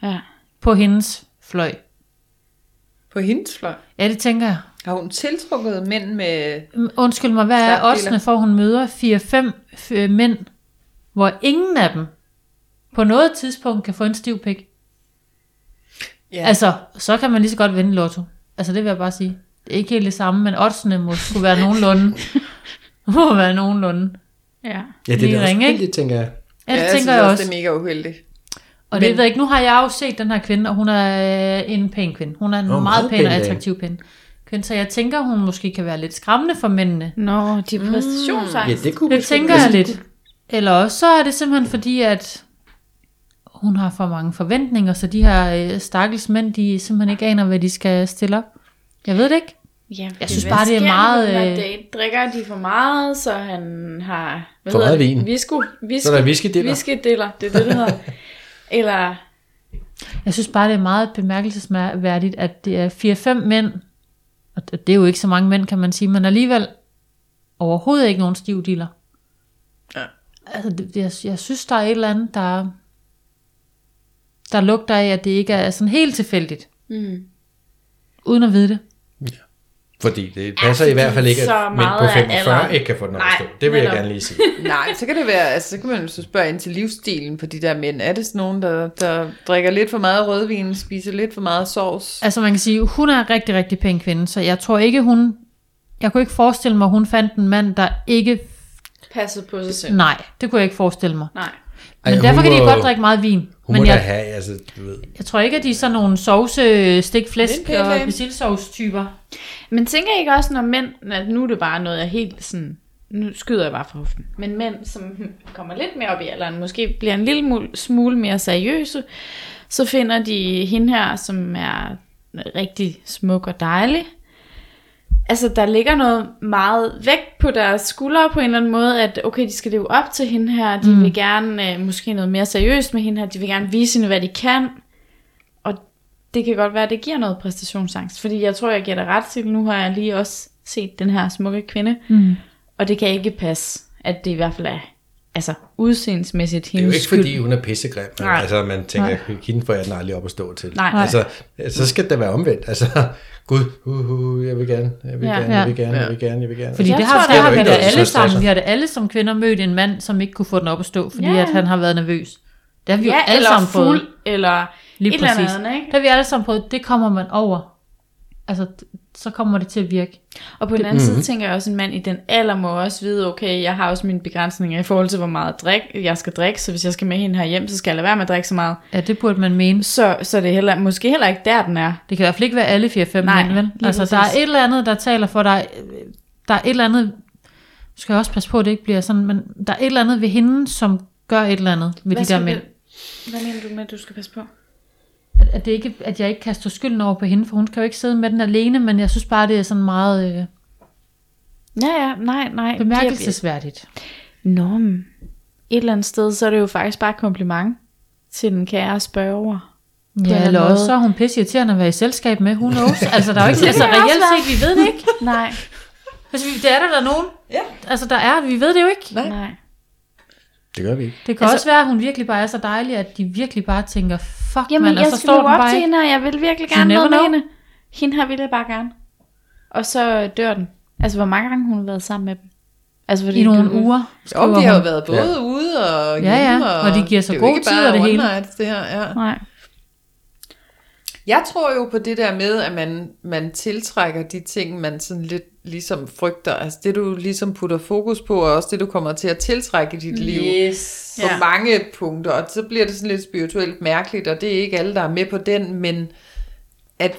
Ja. på hendes fløj. På hendes fløj. Ja, det tænker jeg. Har hun tiltrukket mænd med... Mm, Undskyld mig, hvad er Slap dealer. oddsene for, hun møder 4-5 øh, mænd, hvor ingen af dem på noget tidspunkt kan få en stiv pik? Ja. Altså, så kan man lige så godt vinde lotto. Altså, det vil jeg bare sige. Det er ikke helt det samme, men oddsene må skulle være nogenlunde. må være nogenlunde. Ja. Ja, det Lige er da også ringe, ikke? uheldigt, tænker jeg. Ja, det Ja, ja, tænker jeg også. det er mega uheldigt. Og det Men- ved jeg ikke, nu har jeg jo set den her kvinde, og hun er øh, en pæn kvinde. Hun er en Nå, oh, meget meget pæn og pæn dame. attraktiv pæn. køn, så jeg tænker, hun måske kan være lidt skræmmende for mændene. Nå, de er præstationsangst. Ja, det kunne Det måske tænker være- jeg lidt. Eller også så er det simpelthen fordi, at hun har for mange forventninger, så de her øh, stakkels mænd, de simpelthen ikke aner, hvad de skal stille op. Jeg ved det ikke. Ja, Jeg synes bare, det er meget, øh, Det drikker de for meget, så han har... Hvad For hedder meget det? vin. Visku, visku, Så er der whiskydeller. Viskediller, det er det, det hedder. Eller Jeg synes bare, det er meget bemærkelsesværdigt, at det er 4-5 mænd, og det det er jo ikke så mange mænd, kan man sige, men alligevel overhovedet ikke nogen stivdiller. Ja. Altså, det- jeg, jeg synes, der er et eller andet, der, der lugter af, at det ikke er sådan helt tilfældigt. Mm. Uden at vide det. Fordi det passer fordi i hvert fald ikke, så at mænd meget på af 45 alderen- ikke kan få den op at Nej, stå. Det vil jeg netop. gerne lige sige. Nej, så kan det være, altså så kan man jo så spørge ind til livsstilen på de der mænd. Er det sådan nogen, der, der drikker lidt for meget rødvin, spiser lidt for meget sovs? Altså, man kan sige, hun er en rigtig, rigtig pæn kvinde, så jeg tror ikke, hun... Jeg kunne ikke forestille mig, hun fandt en mand, der ikke... passet på sig selv. Nej, det kunne jeg ikke forestille mig. Nej. Ej, Men Ej, hun derfor kan de må- godt drikke meget vin. Hun må men jeg... jeg, da have, altså, du ved. Jeg tror ikke, at de er sådan nogle sovse, stik flæsk Lidt pæne. og persillesovstyper. Men tænker I ikke også, når mænd, at nu er det bare noget, jeg helt sådan, nu skyder jeg bare fra hoften. Men mænd, som kommer lidt mere op i alderen, måske bliver en lille mul- smule mere seriøse, så finder de hende her, som er rigtig smuk og dejlig. Altså, der ligger noget meget vægt på deres skuldre på en eller anden måde, at okay, de skal leve op til hende her, de mm. vil gerne, øh, måske noget mere seriøst med hende her, de vil gerne vise hende, hvad de kan. Og det kan godt være, at det giver noget præstationsangst. Fordi jeg tror, jeg giver dig ret til, nu har jeg lige også set den her smukke kvinde. Mm. Og det kan ikke passe, at det i hvert fald er altså, udseendsmæssigt Det er jo hendes ikke, skyld. fordi hun er pissegrim. men Nej. Altså, man tænker, hende får jeg den aldrig op at stå til. Nej. Nej. Altså, så skal det være omvendt. Altså, gud, uh, uh, jeg vil gerne, jeg vil Ja. gerne, jeg vil Ja. gerne, jeg vil gerne, jeg vil gerne. Fordi Jeg det har, tror, det der har er vi da ikke noget, der alle stresser. sammen. Vi har da alle som kvinder mødt en mand, som ikke kunne få den op at stå, fordi Ja. at han har været nervøs. Det har vi Ja, jo alle eller sammen fuld, fået. eller Lige Lige et præcis. eller andet, ikke? Det har vi alle sammen prøvet. Det kommer man over. Altså, d- så kommer det til at virke. Og på den anden Mhm. side tænker jeg også, at en mand i den alder må også vide, okay, jeg har også mine begrænsninger i forhold til, hvor meget drik, jeg skal drikke, så hvis jeg skal med hende her hjem, så skal jeg lade være med at drikke så meget. Ja, det burde man mene. Så, så det er heller, måske heller ikke der, den er. Det kan i hvert fald ikke være alle 4-5 Nej, mænd, vel? lige Altså, der er præcis. et eller andet, der taler for dig. Der er et eller andet... Nu skal jeg også passe på, at det ikke bliver sådan, men der er et eller andet ved hende, som gør et eller andet med de der mænd. Hvad mener du med, at du skal passe på? at, at, det ikke, at jeg ikke kan stå skylden over på hende, for hun kan jo ikke sidde med den alene, men jeg synes bare, det er sådan meget øh, Ja, ja, nej, nej. bemærkelsesværdigt. Nå, men et eller andet sted, så er det jo faktisk bare et kompliment til den kære spørger. Ja, eller eller noget. også så er hun pisse irriterende at være i selskab med, who knows? Altså, der er jo ikke, altså kan også reelt være. set, vi ved det ikke. Nej, Altså, vi- det er der, der er nogen. Ja. Altså, der er, vi ved det jo ikke. Nej. nej. Det gør vi ikke. Det kan altså, Altså- også være, at hun virkelig bare er så dejlig, at de virkelig bare tænker, fuck Jamen, man, jeg og så skal altså, står leve den op til bare ikke. hende, og jeg vil virkelig You gerne never noget med know. hende. Hende her vil jeg bare gerne. Og så dør den. Altså, hvor mange gange hun har været sammen med dem. Altså, hvor de i ikke nogle gider ud. uger. Jo, skriver de har jo hun. været både ja. ude og Ja, ja, hjemme, og de giver så det er jo gode ikke tider, bare det one hele. Nights, det her, ja. Nej. Jeg tror jo på det der med, at man, man tiltrækker de ting, man sådan lidt ligesom frygter. Altså det, du ligesom putter fokus på, og også det, du kommer til at tiltrække i dit liv. Yes. På Ja. ja. mange punkter, og så bliver det sådan lidt spirituelt mærkeligt, og det er ikke alle, der er med på den, men at,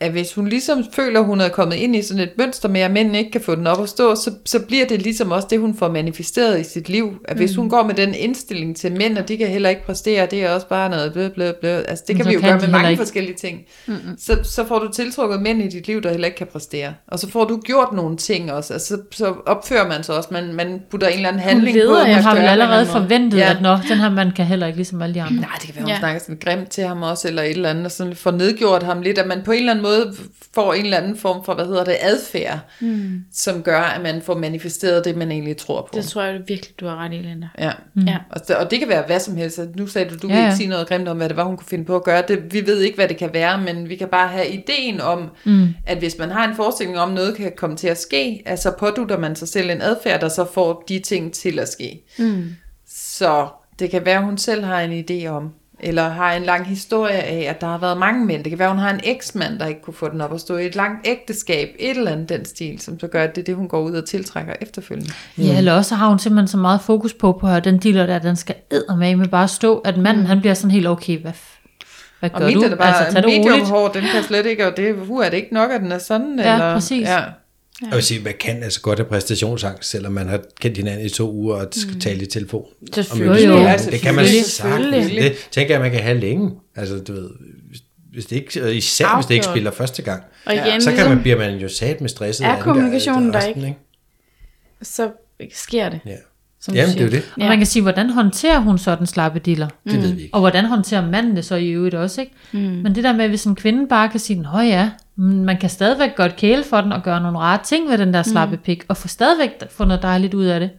at hvis hun ligesom føler, hun er kommet ind i sådan et mønster med, at mændene ikke kan få den op at stå, så, så bliver det ligesom også det, hun får manifesteret i sit liv. At hvis Mm. hun går med den indstilling til mænd, og de kan heller ikke præstere, det er også bare noget blø, blø, blø. Altså Men det kan så vi jo kan gøre de med heller mange ikke. forskellige ting. Mm-mm. Så, så får du tiltrukket mænd i dit liv, der heller ikke kan præstere. Og så får du gjort nogle ting også. Altså, så, så opfører man sig også. Man, man putter en eller anden handling leder på. efter Hun man har gør vel en eller allerede anden måde. forventet, Ja. at nå, den her mand kan heller ikke ligesom alle de andre. Nej, det kan være, hun Ja. ja. snakker sådan grimt til ham også, eller et eller andet, og sådan får nedgjort ham lidt, at man på en eller anden måde får en eller anden form for, hvad hedder det, adfærd, mm. som gør, at man får manifesteret det, man egentlig tror på. Det tror jeg virkelig, du har ret i, Linda. Ja. Mm. Ja. Og, det, og det kan være hvad som helst. Altså, Nu sagde du, du ja, Ja, vil ja. ikke sige noget grimt om, hvad det var, hun kunne finde på at gøre. Det, vi ved ikke, hvad det kan være, men vi kan bare have ideen om, mm. at hvis man har en forestilling om, noget kan komme til at ske, altså pådutter man sig selv en adfærd, der så får de ting til at ske. Mm. Så det kan være, hun selv har en idé om, eller har en lang historie af, at der har været mange mænd. Det kan være, hun har en eksmand, der ikke kunne få den op at stå i et langt ægteskab, et eller andet den stil, som så gør, at det er det, hun går ud og tiltrækker efterfølgende. Ja, eller også har hun simpelthen så meget fokus på, på at den dealer der, den skal med bare stå, at manden han bliver sådan helt, okay, hvad, f- Hvad Mm. Og gør mit du? er det bare altså, tag det roligt. medium hår, den kan slet ikke, og det, hu, er det ikke nok, at den er sådan? Ja, eller, præcis. Ja. Jeg vil sige, man kan altså godt have præstationsangst, selvom man har kendt hinanden i to uger og Mm. skal tale i telefon. Selvfølgelig. Og mødes. Jo, jo. Altså, det kan man Selvfølgelig. sagtens. Selvfølgelig. Det tænker jeg, man kan have længe. Altså, du ved, hvis- hvis det ikke, og især hvis det ikke Afgjort. spiller første gang, Og igen, så kan ligesom- man, bliver man jo sat med stresset. Er af den kommunikationen der resten, ikke? så sker det. Ja. Som Jamen, du det er siger. jo det. Og man kan sige, hvordan håndterer hun så den slappe diller? Mm. Det ved vi ikke. Og hvordan håndterer manden det så i øvrigt også, ikke? Mm. Men det der med, hvis en kvinde bare kan sige, Nå ja, men man kan stadigvæk godt kæle for den og gøre nogle rare ting ved den Mm. der slappe pik, og få stadigvæk få noget dejligt ud af det,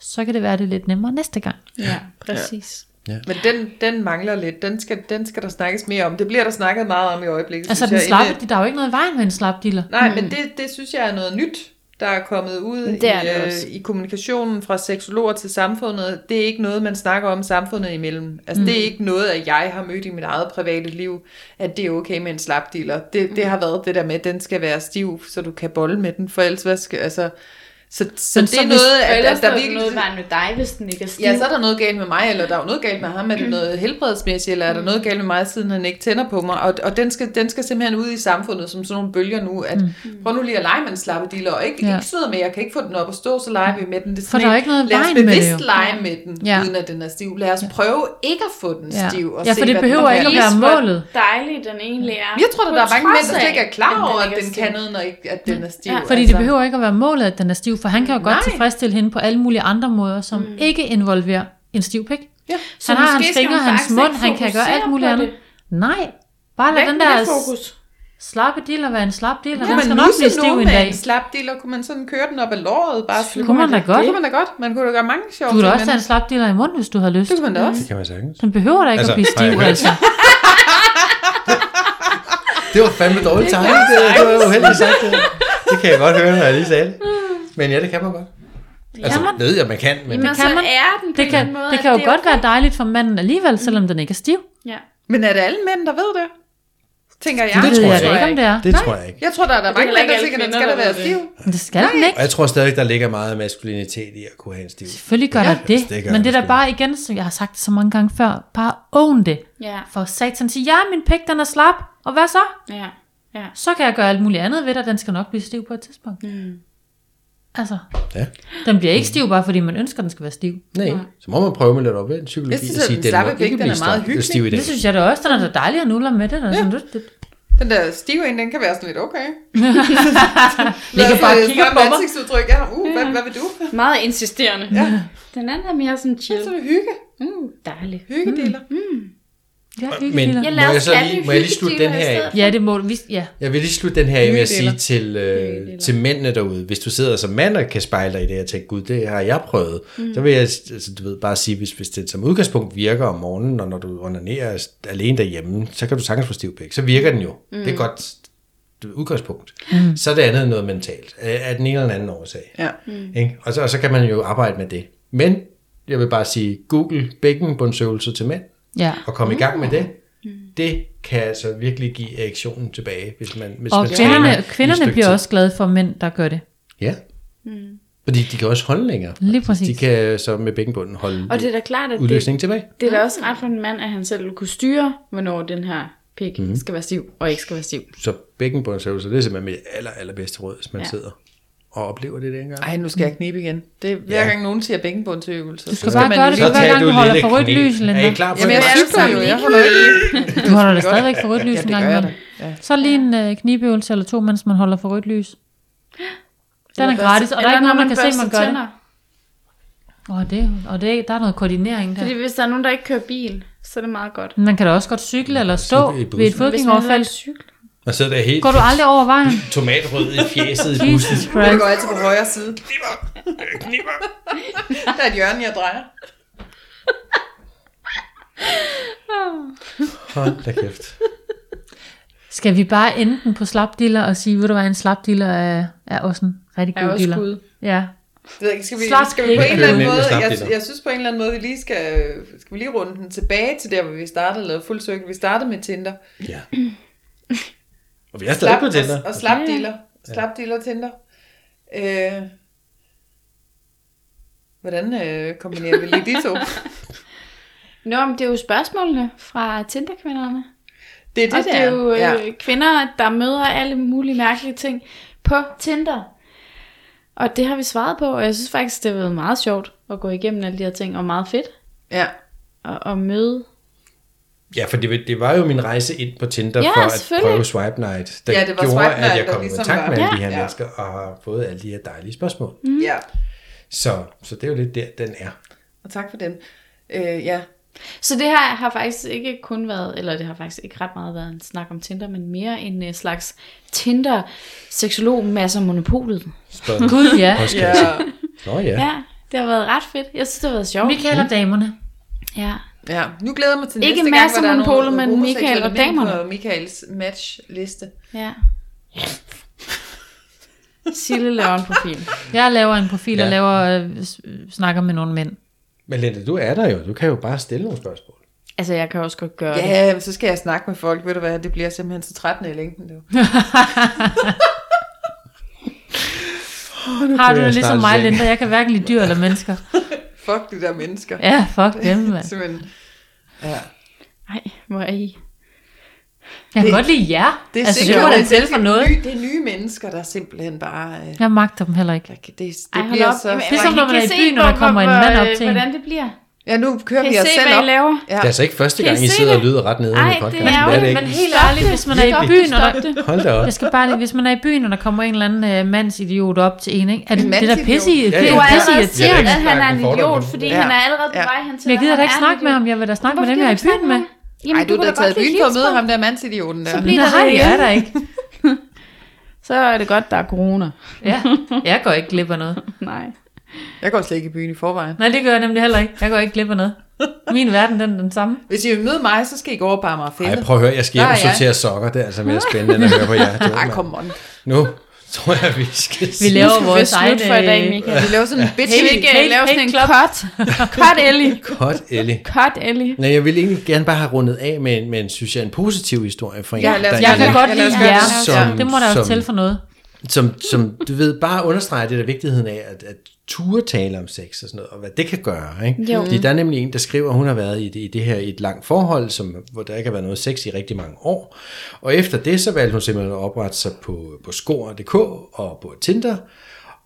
så kan det være, det er lidt nemmere næste gang. Ja, præcis. Men den, den mangler lidt. Den skal, den skal der snakkes mere om. Det bliver der snakket meget om i øjeblikket. Altså den synes jeg. slappe, der er jo ikke noget i vejen med en slapdiller. Nej, men det, det synes jeg er noget nyt, der er kommet ud Hmm. Det er i, det øh, også. i kommunikationen fra seksologer til samfundet. Det er ikke noget, man snakker om samfundet imellem. Altså, Hmm. mm. det er ikke noget, at jeg har mødt i mit eget private liv, at det er okay med en slapdealer. Det, Hmm. det har været det der med, at den skal være stiv, så du kan bolle med den, for ellers hvad skal... Altså, så, så Men det så er hvis- noget, at, at Ellers der er virkelig... noget i vejen med dig, hvis den ikke er stiv. Ja, så er der noget galt med mig, eller der er jo noget galt med ham, er det noget helbredsmæssigt, eller er Mm. der noget galt med mig, siden han ikke tænder på mig, og, og den, skal, den skal simpelthen ud i samfundet som sådan nogle bølger nu, at mm. prøv nu lige at lege med en slappedealer, og ikke, Ja. ja. ikke sidde med, jeg kan ikke få den op og stå, så leger vi med den. Det er For sådan der er en, ikke noget i lad os vejen med det bevidst jo. lege med den, Ja. ja. uden at den er stiv. Lad os prøve ikke at få den Ja. stiv, og Ja, se, for det hvad behøver den ikke at kan. være Altså, målet. dejlig den egentlig er. Jeg tror, at der er På mange mænd, trods der slet ikke af, er klar over, den at ikke er den stiv. kan noget, når ikke, at den er stiv. Ja, Fordi det behøver ikke at være målet, at den er stiv, for han kan jo godt altså- Nej. tilfredsstille hende på alle mulige andre måder, som mm. ikke involverer en stiv pik. Ja. Så han har måske hans skal fingre, hun hans faktisk mund, ikke han kan gøre fokusere alt muligt på andet. det. Nej, bare lad Væk den med der det fokus. slappe dealer være en slap dealer. Kunne Han man skal nok blive nusse stiv nu en med dag. en slapdealer? Kunne man sådan køre den op ad låret? Bare sådan- Kunne man da godt. Det kunne man da godt. Man kunne da gøre mange sjove Du kan da ting også Mm. med tage en slap dealer i munden, hvis du har lyst. Det kunne man da også. Det kan man sagtens. Den behøver da ikke altså, Altså, at blive har jeg stiv, hørt? altså. Det var fandme dårligt tegnet. Det, det var uheldigt sagt. Det. det kan jeg godt høre, når jeg lige sagde det. Men ja, det kan man godt. Altså, Jamen. ved jeg, man kan, men Jamen, Det kan så man. er den på Det kan, den måde, det at kan jo er godt okay. være dejligt for manden alligevel, selvom den ikke er stiv. Ja. Men er det alle mænd, der ved det? Tænker jeg. Det ved jeg da jeg ikke, om det er. det tror jeg ikke. Jeg tror, der er, der er Det er mange heller mænd, ikke der alle tænker, kvinder, den skal da der være ved stiv. Men det skal den ikke. Og jeg tror stadig, der ligger meget maskulinitet i at kunne have en stiv. Selvfølgelig gør der altså, det det. gør Men der det er da sgu. bare igen, som jeg har sagt så mange gange før, bare own det. Ja. For satan siger, ja, min pik, den er slap. Og hvad så? Ja. Ja. Så kan jeg gøre alt muligt andet ved dig. Den skal nok blive stiv på et tidspunkt. Mm. Altså, Ja. den bliver ikke stiv, bare fordi man ønsker, den skal være stiv. Nej, så må man prøve med lidt opvendt psykologi Jeg synes, og at sige, den den slappe må pik, ikke den blive er meget stiv- hyggelig. stiv i dag. Det synes jeg da også, den er da dejlig at nulle med det. Der. Ja. Sådan, det, det. Den der stive en, den kan være sådan lidt okay. Ligger øh, bare og kigger på mig. ansigtsudtryk. Ja, uh, hvad, hvad vil du? Meget insisterende. Ja. Den anden er mere sådan Det chill. er sådan en hygge. Mm, dejlig. Hyggedeler. Mm. Ja, Men hyggeligt. jeg lader må jeg så skatten lige, må jeg lige hygge slutte til den her i af? stedet. Ja, det må vi, ja. Jeg vil lige slutte den her af med at sige Hyggedeler. til, øh, til mændene derude, hvis du sidder som mand og kan spejle dig i det og tænke, gud, det har jeg prøvet, mm. så vil jeg altså, du ved, bare sige, hvis, hvis det som udgangspunkt virker om morgenen, og når du onanerer alene derhjemme, så kan du sagtens få stiv pik. Så virker den jo. Mm. Det er godt du ved, udgangspunkt. Mm. Så er det andet noget mentalt, øh, af den ene eller den anden årsag. Ja. Mm. Og, så, og så kan man jo arbejde med det. Men jeg vil bare sige, google bækkenbundsøvelser til mænd, ja. og komme i gang med det, Mm. det kan altså virkelig give erektionen tilbage, hvis man, hvis Og man kvinderne, træner i et kvinderne stykke bliver tid. også glade for mænd, der gør det. Ja. Mm. Fordi de kan også holde længere. Lige faktisk. præcis. De kan så med bækkenbunden holde Og det er da klart, at det, udløsningen tilbage. det er da også ret for en mand, at han selv kunne styre, hvornår den her pik mm. skal være stiv og ikke skal være stiv. Så bækkenbundsøvelser, det er simpelthen mit aller, allerbedste råd, hvis man ja. sidder og oplever det dengang. Ej, nu skal jeg knibe igen. Det er hver Ja. gang nogen siger bækkenbundsøvelse. Du skal bare gøre det, Så for hver tag gang du du holder lille for rødt knæ. lys, Er I Linda. klar på Jamen, jeg det? cykler jo. Jeg holder ikke. Du holder da stadigvæk for rødt lys en det gang gør jeg imellem. Så lige en øh, knibeøvelse eller to, mens man holder for rødt lys. Den er gratis, og der er ikke nogen, der kan se, man gør det. Og, det, og det, der er noget koordinering der. Fordi hvis der er nogen, der ikke kører bil, så er det meget godt. Man kan da også godt cykle eller stå cykle i bussen. ved et Hvis man har en fodgængeroverfald. cykel. Man sidder der helt Går du aldrig over vejen? tomatrød i fjeset i bussen. Jesus Jeg Christ. går altid på højre side. Der er et hjørne, jeg drejer. Hold da kæft. Skal vi bare ende den på slapdiller og sige, ved du hvad, en slapdiller er, er også en rigtig Er god også diller. skud. Ja. Det ved jeg ikke, skal vi, Slap skal vi på ikke. en eller anden Køb måde, mænd, slap det jeg, der. jeg synes på en eller anden måde, vi lige skal, skal vi lige runde den tilbage til der, hvor vi startede, lavede fuld cirkel. Vi startede med Tinder. Ja. Og vi er stadig Slap, på Tinder. og, og slap dealer. Slap dealer Tinder. Øh, hvordan øh, kombinerer vi lige de to? Nå, men det er jo spørgsmålene fra Tinder-kvinderne. Det er det, og det er jo øh, Ja. kvinder, der møder alle mulige mærkelige ting på Tinder. Og det har vi svaret på, og jeg synes faktisk, det har været meget sjovt at gå igennem alle de her ting, og meget fedt ja. at, at møde. Ja, for det, var- det var jo min rejse ind på Tinder Ja, for at selvfølgelig. prøve Swipe Night, der Ja, det var gjorde, Swipe Night, at jeg der kom i ligesom kontakt var- med alle Ja. de her Ja. mennesker og har fået alle de her dejlige spørgsmål. ja. Så, så det er jo lidt der, den er. Og tak for dem. Øh, ja. Så det her har faktisk ikke kun været, eller det har faktisk ikke ret meget været en snak om Tinder, men mere en øh, slags tinder seksolog masser monopolet. Spørgsmål. Gud ja. Postkasse. Ja. Nå ja. Ja, det har været ret fedt. Jeg synes, det har været sjovt. Michael og damerne. ja. ja. Nu glæder jeg mig til Ikke næste gang, masser hvor der er nogle monopoler, men homoseksuelle Michael og mænd damerne. på Michaels matchliste. ja. Sille laver en profil. Jeg laver en profil ja. Ja. og laver, øh, s- snakker med nogle mænd. Men Linda, du er der jo. Du kan jo bare stille nogle spørgsmål. Altså, jeg kan også godt gøre det. Ja, men så skal jeg snakke med folk. Ved du hvad, det bliver simpelthen så trættende i længden. Du. Har du kører det jeg ligesom snart mig, i seng. Linda? Jeg kan hverken lide dyr eller mennesker. Fuck de der mennesker. Ja, fuck dem, mand. Simpelthen. Ja. Nej, hvor er I? Jeg kan Det- godt lide jer. Det er altså, det sikkert, må da at tælle for det er noget. Nye, det er nye mennesker, der simpelthen bare... Øh, Jeg magter dem heller ikke. der kan- det, det Ej, Ej, hold bliver op. så... Jamen, altså, Det er som, når man kan er i se, byen, og hvor- der kommer en hvor- mand op øh, til en. Hvordan det bliver. Ja, nu kører Kan vi I os se, selv hvad op. I laver? Ja. Det er altså ikke første Kan I gang, I se sidder det? og lyder ret nede Ej, i det er podcasten. ærgerligt, det Men ikke. helt Stop ærligt, det. hvis man er i Stop det. byen, og Stop der, det. Hold da op. jeg skal bare lige, hvis man er i byen, og der kommer en eller anden øh, mandsidiot op til en, ikke? Er det, det der mandsidiot? pisse, ja, ja. det Du er er pisse allerede siger, irriterende. at han er en idiot, fordi Ja. han er allerede på Ja. vej hen til, Men jeg gider da ikke snakke med ham. Jeg vil da snakke med dem, jeg er i byen med. Jamen, Ej, du, har da taget i byen for at møde ham der mandsidioten der. bliver- Nej, det jeg igen. er der ikke. Så er det godt, der er corona. Ja, jeg går ikke glip af noget. Nej. Jeg går slet ikke i byen i forvejen. Nej, det gør jeg nemlig heller ikke. Jeg går ikke glip af noget. Min verden, den er den samme. Hvis I vil møde mig, så skal I gå over bare mig og Ej, finde. prøv at høre, jeg skal hjem og Nej, ja. sortere sokker. Det er altså mere spændende, end at høre på jer. Det var Ej, mig. kom on. Nu tror jeg, vi skal Vi sige- laver Det var vores slut egne... øh, for i dag, Michael. Vi laver sådan en bitch. Hey, Ikke øh, hey, lave hey, sådan en klap. cut. Cut, Ellie. Godt, Ellie. Cut, Ellie. Nej, jeg vil egentlig gerne bare have rundet af med, en- med en, synes jeg, en positiv historie fra en, Ja, lad os Jeg gøre kan Ja, godt lad os lide gøre jer. det. Som- Det må der jo som- tælle for noget. som, som du ved, bare understreger det der vigtigheden af, at, at ture tale om sex og sådan noget, og hvad det kan gøre. Ikke? Jo. Fordi der er nemlig en, der skriver, at hun har været i det, i det her i et langt forhold, som, hvor der ikke har været noget sex i rigtig mange år. Og efter det, så valgte hun simpelthen at oprette sig på, på skor.dk og på Tinder.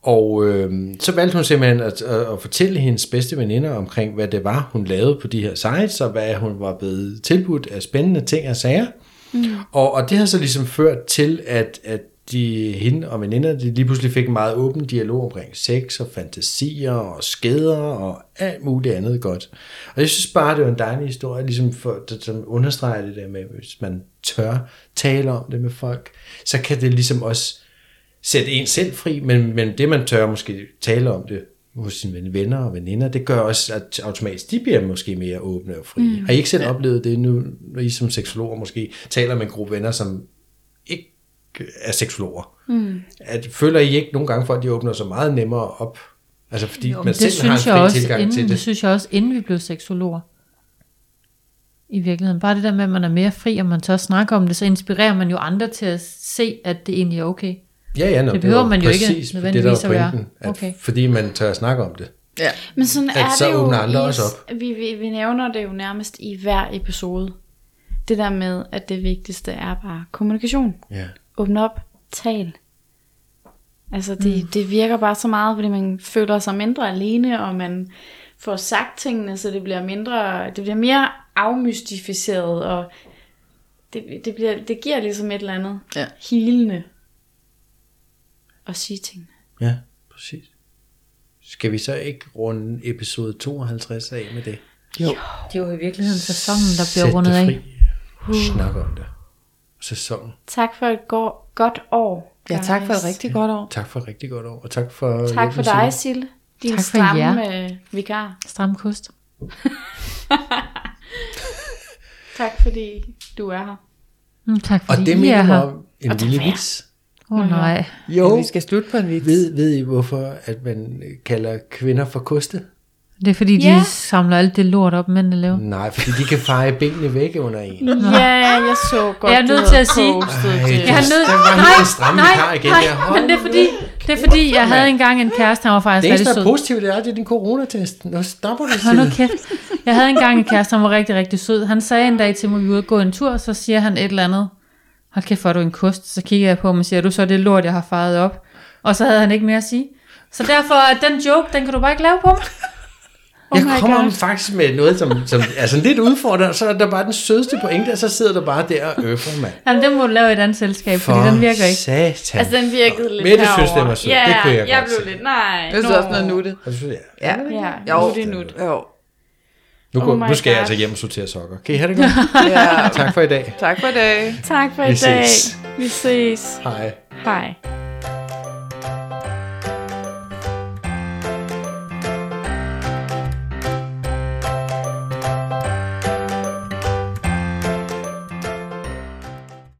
Og øh, så valgte hun simpelthen at, at, at fortælle hendes bedste veninder omkring, hvad det var, hun lavede på de her sites, og hvad hun var blevet tilbudt af spændende ting og sager. Og, og det har så ligesom ført til, at, at de, hende og veninderne de lige pludselig fik en meget åben dialog omkring sex og fantasier og skeder og alt muligt andet godt. Og jeg synes bare, det var en dejlig historie, ligesom for, der, som understreger det der med, hvis man tør tale om det med folk, så kan det ligesom også sætte en selv fri, men, men det man tør måske tale om det hos sine ven- venner og veninder, det gør også, at automatisk de bliver måske mere åbne og frie. Mm. Har I ikke selv ja. oplevet det nu, når I som seksologer måske taler med en gruppe venner, som ikke er seksologer? Mm. At, føler I ikke nogle gange for, at de åbner sig meget nemmere op? Altså fordi jo, man Men selv det synes, har jeg en fri også, tilgang inden, til det det. synes jeg også, inden vi blev seksologer. I virkeligheden. Bare det der med, at man er mere fri, og man tør snakke om det, så inspirerer man jo andre til at se, at det egentlig er okay. Ja, ja, nå, det behøver var man jo ikke præcis det, der var nødvendigvis at være. pointen, at Okay. Fordi man tør at snakke om det. Ja. Men sådan At er så det jo åbner andre i- også op. Vi, vi, vi nævner det jo nærmest i hver episode. Det der med, at det vigtigste er bare kommunikation. Ja. Åbne op. Tal. Altså det, mm. det virker bare så meget, fordi man føler sig mindre alene, og man får sagt tingene, så det bliver mindre, det bliver mere afmystificeret, og det, det, bliver, det giver ligesom et eller andet Ja. healende at sige tingene. Ja, præcis. Skal vi så ikke runde episode 52 af med det? Det er jo i virkeligheden sæsonen, Mm, der bliver rundet af. Uh. Snak om det. Sæsonen. Tak for et go- godt år. ja, tak for et guys. rigtig godt år. Tak for et rigtig godt år, og tak for... Tak for dig, Sille. Din Tak for stramme øh, vikar. Stram kost. Tak fordi du er her. Mm, tak Og fordi det I mener er jeg her. om en lille vits. Åh oh, nej. Jo, Vi skal slutte på en vits. ved, ved I hvorfor, at man kalder kvinder for koste? Det er fordi, ja. Ja. de samler alt det lort op, mændene laver. Nej, fordi de kan feje benene væk under en. Nej, Ja, jeg så godt, Jeg er du nødt havde til at sige- postet det. Jeg har nød- der var Nej, helt stramme nej, kar igen. nej, der. men det er fordi, Det er fordi, jeg havde engang en kæreste, han var Det faktisk eneste, rigtig der er sød. positivt, det er, det er din coronatest. Nu stopper det Hold nu til. kæft. Jeg havde engang en kæreste, han var rigtig, rigtig sød. Han sagde en dag til mig, vi var ude at gå en tur, så siger han et eller andet. Hold kæft, hvor er du en kost. Så kigger jeg på ham og siger, du så er det lort, jeg har faret op. Og så havde han ikke mere at sige. Så derfor, at den joke, den kan du bare ikke lave på mig. Oh jeg my kommer God. faktisk med noget, som, som er sådan lidt udfordrende, og så er der bare den sødeste pointe, og så sidder der bare der og øffer, mand. Jamen, den må du lave i et andet selskab, fordi den virker ikke. satan. Altså, den virkede lidt Mette synes, herovre. den var sød. Ja, Det kunne jeg jeg godt blev se. lidt, nej. Jeg synes nå. også noget nuttet. Og så synes jeg, Ja. Ja, Jo. jo. det er nut. Jo. Nu, går, Oh my nu skal jeg God. altså hjem og sortere sokker. Kan I have det godt? Ja. tak for i dag. tak for i dag. Tak for i Vi dag. ses. Vi ses. Hej. Hej.